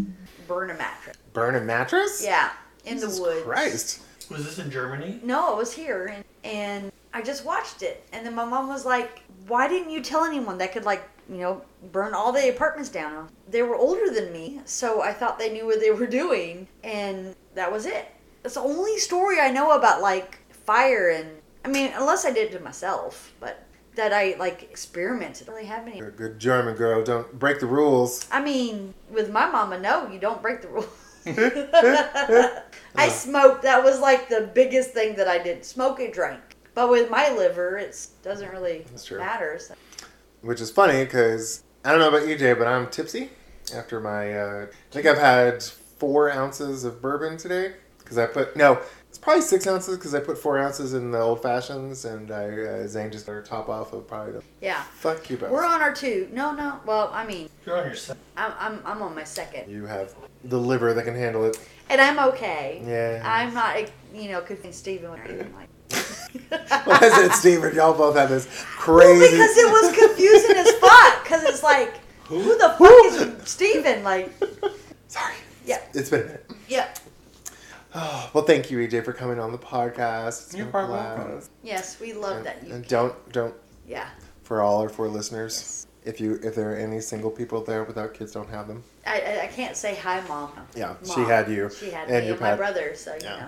[SPEAKER 2] burn a mattress.
[SPEAKER 1] Burn a mattress?
[SPEAKER 2] Yeah, in
[SPEAKER 1] Jesus
[SPEAKER 2] the woods.
[SPEAKER 1] Christ.
[SPEAKER 4] Was this in Germany?
[SPEAKER 2] No, it was here, and, and I just watched it. And then my mom was like, "Why didn't you tell anyone that could like, you know, burn all the apartments down?" They were older than me, so I thought they knew what they were doing, and that was it. That's the only story I know about like fire and I mean, unless I did it to myself, but that I like experimented. I don't really have any.
[SPEAKER 1] You're a good German girl. Don't break the rules.
[SPEAKER 2] I mean, with my mama, no, you don't break the rules. I smoked. That was like the biggest thing that I did. Smoke and drink. But with my liver, it doesn't really
[SPEAKER 1] That's true.
[SPEAKER 2] matter. So.
[SPEAKER 1] Which is funny because I don't know about you, Jay, but I'm tipsy after my. Uh, I think I've had four ounces of bourbon today because I put no. It's probably six ounces because I put four ounces in the old fashions, and I uh, Zane just got her top off of probably the
[SPEAKER 2] Yeah,
[SPEAKER 1] fuck you both.
[SPEAKER 2] we're on our two. No, no. Well, I mean,
[SPEAKER 4] You're on your side.
[SPEAKER 2] I'm I'm, I'm on my second,
[SPEAKER 1] You have the liver that can handle it.
[SPEAKER 2] and I'm okay.
[SPEAKER 1] Yeah.
[SPEAKER 2] I'm not, eh, you know, confusing Steven or anything like.
[SPEAKER 1] well, I said, Steven, y'all both have this
[SPEAKER 2] Well,
[SPEAKER 1] crazy.
[SPEAKER 2] because it was confusing as fuck. Because it's like, who, the fuck is Steven? Like,
[SPEAKER 1] Sorry.
[SPEAKER 2] Yeah.
[SPEAKER 1] It's been a minute.
[SPEAKER 2] yeah,
[SPEAKER 1] Oh, well, thank you, EJ, for coming on the podcast. It's
[SPEAKER 3] You're
[SPEAKER 1] been a
[SPEAKER 3] quite
[SPEAKER 1] blast.
[SPEAKER 3] welcome.
[SPEAKER 2] yes, we love that.
[SPEAKER 1] And,
[SPEAKER 2] You,
[SPEAKER 1] and don't don't
[SPEAKER 2] yeah.
[SPEAKER 1] for all our four listeners. If you if there are any single people there without kids, don't have them.
[SPEAKER 2] I, I, I can't say hi, mom.
[SPEAKER 1] Yeah,
[SPEAKER 2] Mom.
[SPEAKER 1] she had you.
[SPEAKER 2] She had
[SPEAKER 1] and
[SPEAKER 2] me
[SPEAKER 1] your
[SPEAKER 2] and my
[SPEAKER 1] pet.
[SPEAKER 2] brother, so you
[SPEAKER 1] Yeah.
[SPEAKER 2] know.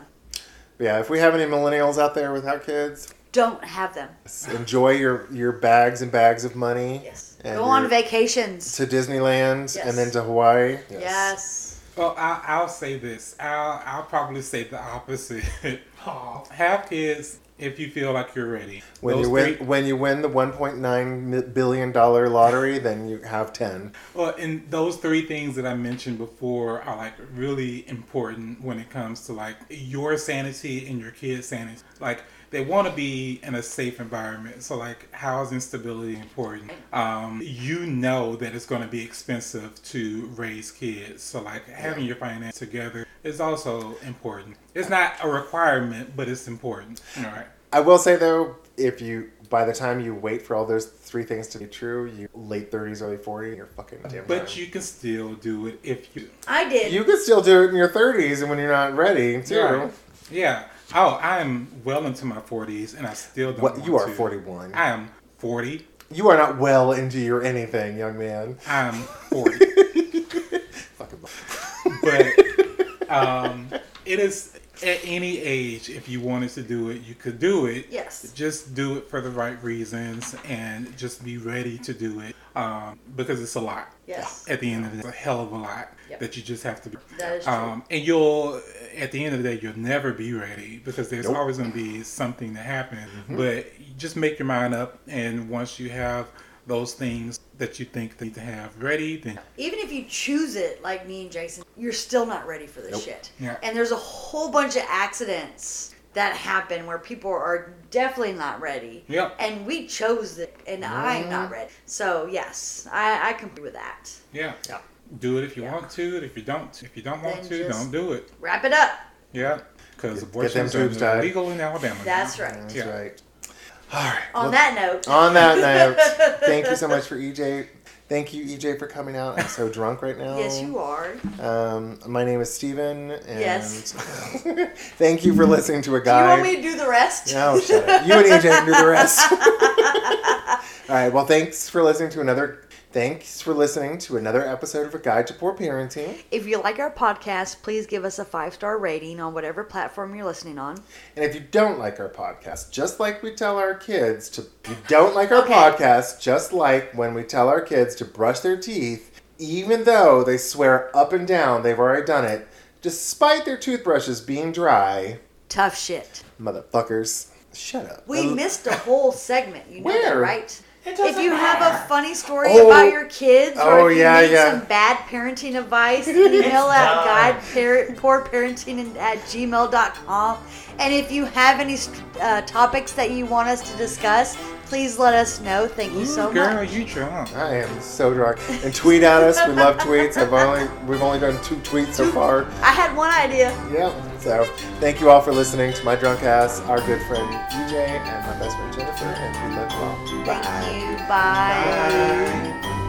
[SPEAKER 1] Yeah, if we have any millennials out there without kids,
[SPEAKER 2] Don't have them.
[SPEAKER 1] s- enjoy your your bags and bags of money
[SPEAKER 2] Yes.
[SPEAKER 1] And
[SPEAKER 2] Go on
[SPEAKER 1] your-
[SPEAKER 2] vacations.
[SPEAKER 1] to Disneyland
[SPEAKER 2] Yes.
[SPEAKER 1] and then to Hawaii. Yes.
[SPEAKER 2] Yes.
[SPEAKER 3] Well, I'll, Oh, I'll say this. I'll, I'll probably say the opposite. Have kids if you feel like you're ready.
[SPEAKER 1] When
[SPEAKER 3] Those
[SPEAKER 1] you win
[SPEAKER 3] three-
[SPEAKER 1] when you win the 1.9 mi- billion dollar lottery, then you have 10.
[SPEAKER 3] well, and those three things that I mentioned before are like really important when it comes to like your sanity and your kids' sanity. Like they want to be in a safe environment, so like housing stability important. Um, you know that it's going to be expensive to raise kids, so like having your finance together is also important. It's not a requirement, but it's important. All right.
[SPEAKER 1] I will say though, if you by the time you wait for all those three things to be true, you late 30s, early 40, you're fucking damn.
[SPEAKER 3] But
[SPEAKER 1] done.
[SPEAKER 3] you can still do it if you.
[SPEAKER 2] I did.
[SPEAKER 1] you can still do it in your 30s and when you're not ready too.
[SPEAKER 3] Right. Yeah. Oh, I am well into my 40s and I still don't.
[SPEAKER 1] What
[SPEAKER 3] want
[SPEAKER 1] you are
[SPEAKER 3] to.
[SPEAKER 1] 41.
[SPEAKER 3] I am 40.
[SPEAKER 1] You are not well into your anything, young man.
[SPEAKER 3] I am 40.
[SPEAKER 1] Fucking
[SPEAKER 3] but um, it is at any age, if you wanted to do it, you could do it.
[SPEAKER 2] Yes.
[SPEAKER 3] Just do it for the right reasons and just be ready to do it um, because it's a lot.
[SPEAKER 2] Yes.
[SPEAKER 3] At the end of the day, it's a hell of a lot
[SPEAKER 2] Yep.
[SPEAKER 3] that you just have to. Be.
[SPEAKER 2] That is true.
[SPEAKER 3] Um, and you'll, at the end of the day, you'll never be ready because there's always going to be something to happen.
[SPEAKER 1] Mm-hmm.
[SPEAKER 3] But just make your mind up, and once you have those things that you think they need to have ready, then
[SPEAKER 2] Even if you choose it, like me and Jason, you're still not ready for this shit.
[SPEAKER 3] Yeah.
[SPEAKER 2] And there's a whole bunch of accidents that happen where people are definitely not ready.
[SPEAKER 3] Yep.
[SPEAKER 2] And we chose it, and I'm
[SPEAKER 1] Mm-hmm.
[SPEAKER 2] not ready. So, yes, I, I can agree with that.
[SPEAKER 3] Yeah.
[SPEAKER 1] Yeah.
[SPEAKER 3] Do it if you want to. If you don't, if you don't want
[SPEAKER 2] Then
[SPEAKER 3] to,
[SPEAKER 2] just-
[SPEAKER 3] don't do it.
[SPEAKER 2] Wrap it up.
[SPEAKER 3] Yeah.
[SPEAKER 1] Get- get
[SPEAKER 3] Because abortion
[SPEAKER 1] them tubes
[SPEAKER 3] is
[SPEAKER 1] tied.
[SPEAKER 3] illegal in Alabama.
[SPEAKER 2] That's right.
[SPEAKER 1] That's
[SPEAKER 3] Yeah.
[SPEAKER 1] right. All right. Mm-hmm.
[SPEAKER 2] On
[SPEAKER 1] well,
[SPEAKER 2] that note,
[SPEAKER 1] on that note, thank you so much for EJ. Thank you, EJ, for coming out. I'm so drunk right now.
[SPEAKER 2] yes, you are.
[SPEAKER 1] Um, my name is Steven. And
[SPEAKER 2] Yes.
[SPEAKER 1] thank you for listening to a
[SPEAKER 2] Do you
[SPEAKER 1] guy.
[SPEAKER 2] want me to do the rest?
[SPEAKER 1] No, shut up. You and EJ can do the rest. All right. Well, thanks for listening to another. Thanks for listening to another episode of A Guide to Poor Parenting.
[SPEAKER 2] If you like our podcast, please give us a five star rating on whatever platform you're listening on.
[SPEAKER 1] And if you don't like our podcast, just like we tell our kids to, you don't like our
[SPEAKER 2] Okay.
[SPEAKER 1] podcast, just like when we tell our kids to brush their teeth, even though they swear up and down they've already done it, despite their toothbrushes being dry,
[SPEAKER 2] Tough shit.
[SPEAKER 1] motherfuckers. Shut up.
[SPEAKER 2] We
[SPEAKER 1] Uh,
[SPEAKER 2] missed a whole segment. You know that,
[SPEAKER 1] Where?
[SPEAKER 2] right?
[SPEAKER 4] It
[SPEAKER 2] If
[SPEAKER 4] doesn't
[SPEAKER 2] you have a
[SPEAKER 4] matter.
[SPEAKER 2] funny story
[SPEAKER 1] Oh.
[SPEAKER 2] about your kids,
[SPEAKER 1] Oh,
[SPEAKER 2] or if
[SPEAKER 1] yeah,
[SPEAKER 2] you need
[SPEAKER 1] yeah.
[SPEAKER 2] some bad parenting advice, email at
[SPEAKER 4] done.
[SPEAKER 2] guide parent, poor parenting at gmail.com. And if you have any uh, topics that you want us to discuss, please let us know. Thank you so
[SPEAKER 3] Girl,
[SPEAKER 2] much.
[SPEAKER 3] you drunk.
[SPEAKER 1] I am so drunk. And tweet at us. We love tweets. I've only we've only done two tweets so far.
[SPEAKER 2] I had one idea.
[SPEAKER 1] Yeah. So thank you all for listening to my drunk ass, our good friend E EJ, and my best friend Jennifer, and we love you all.
[SPEAKER 2] Thank you. Bye.
[SPEAKER 3] Bye.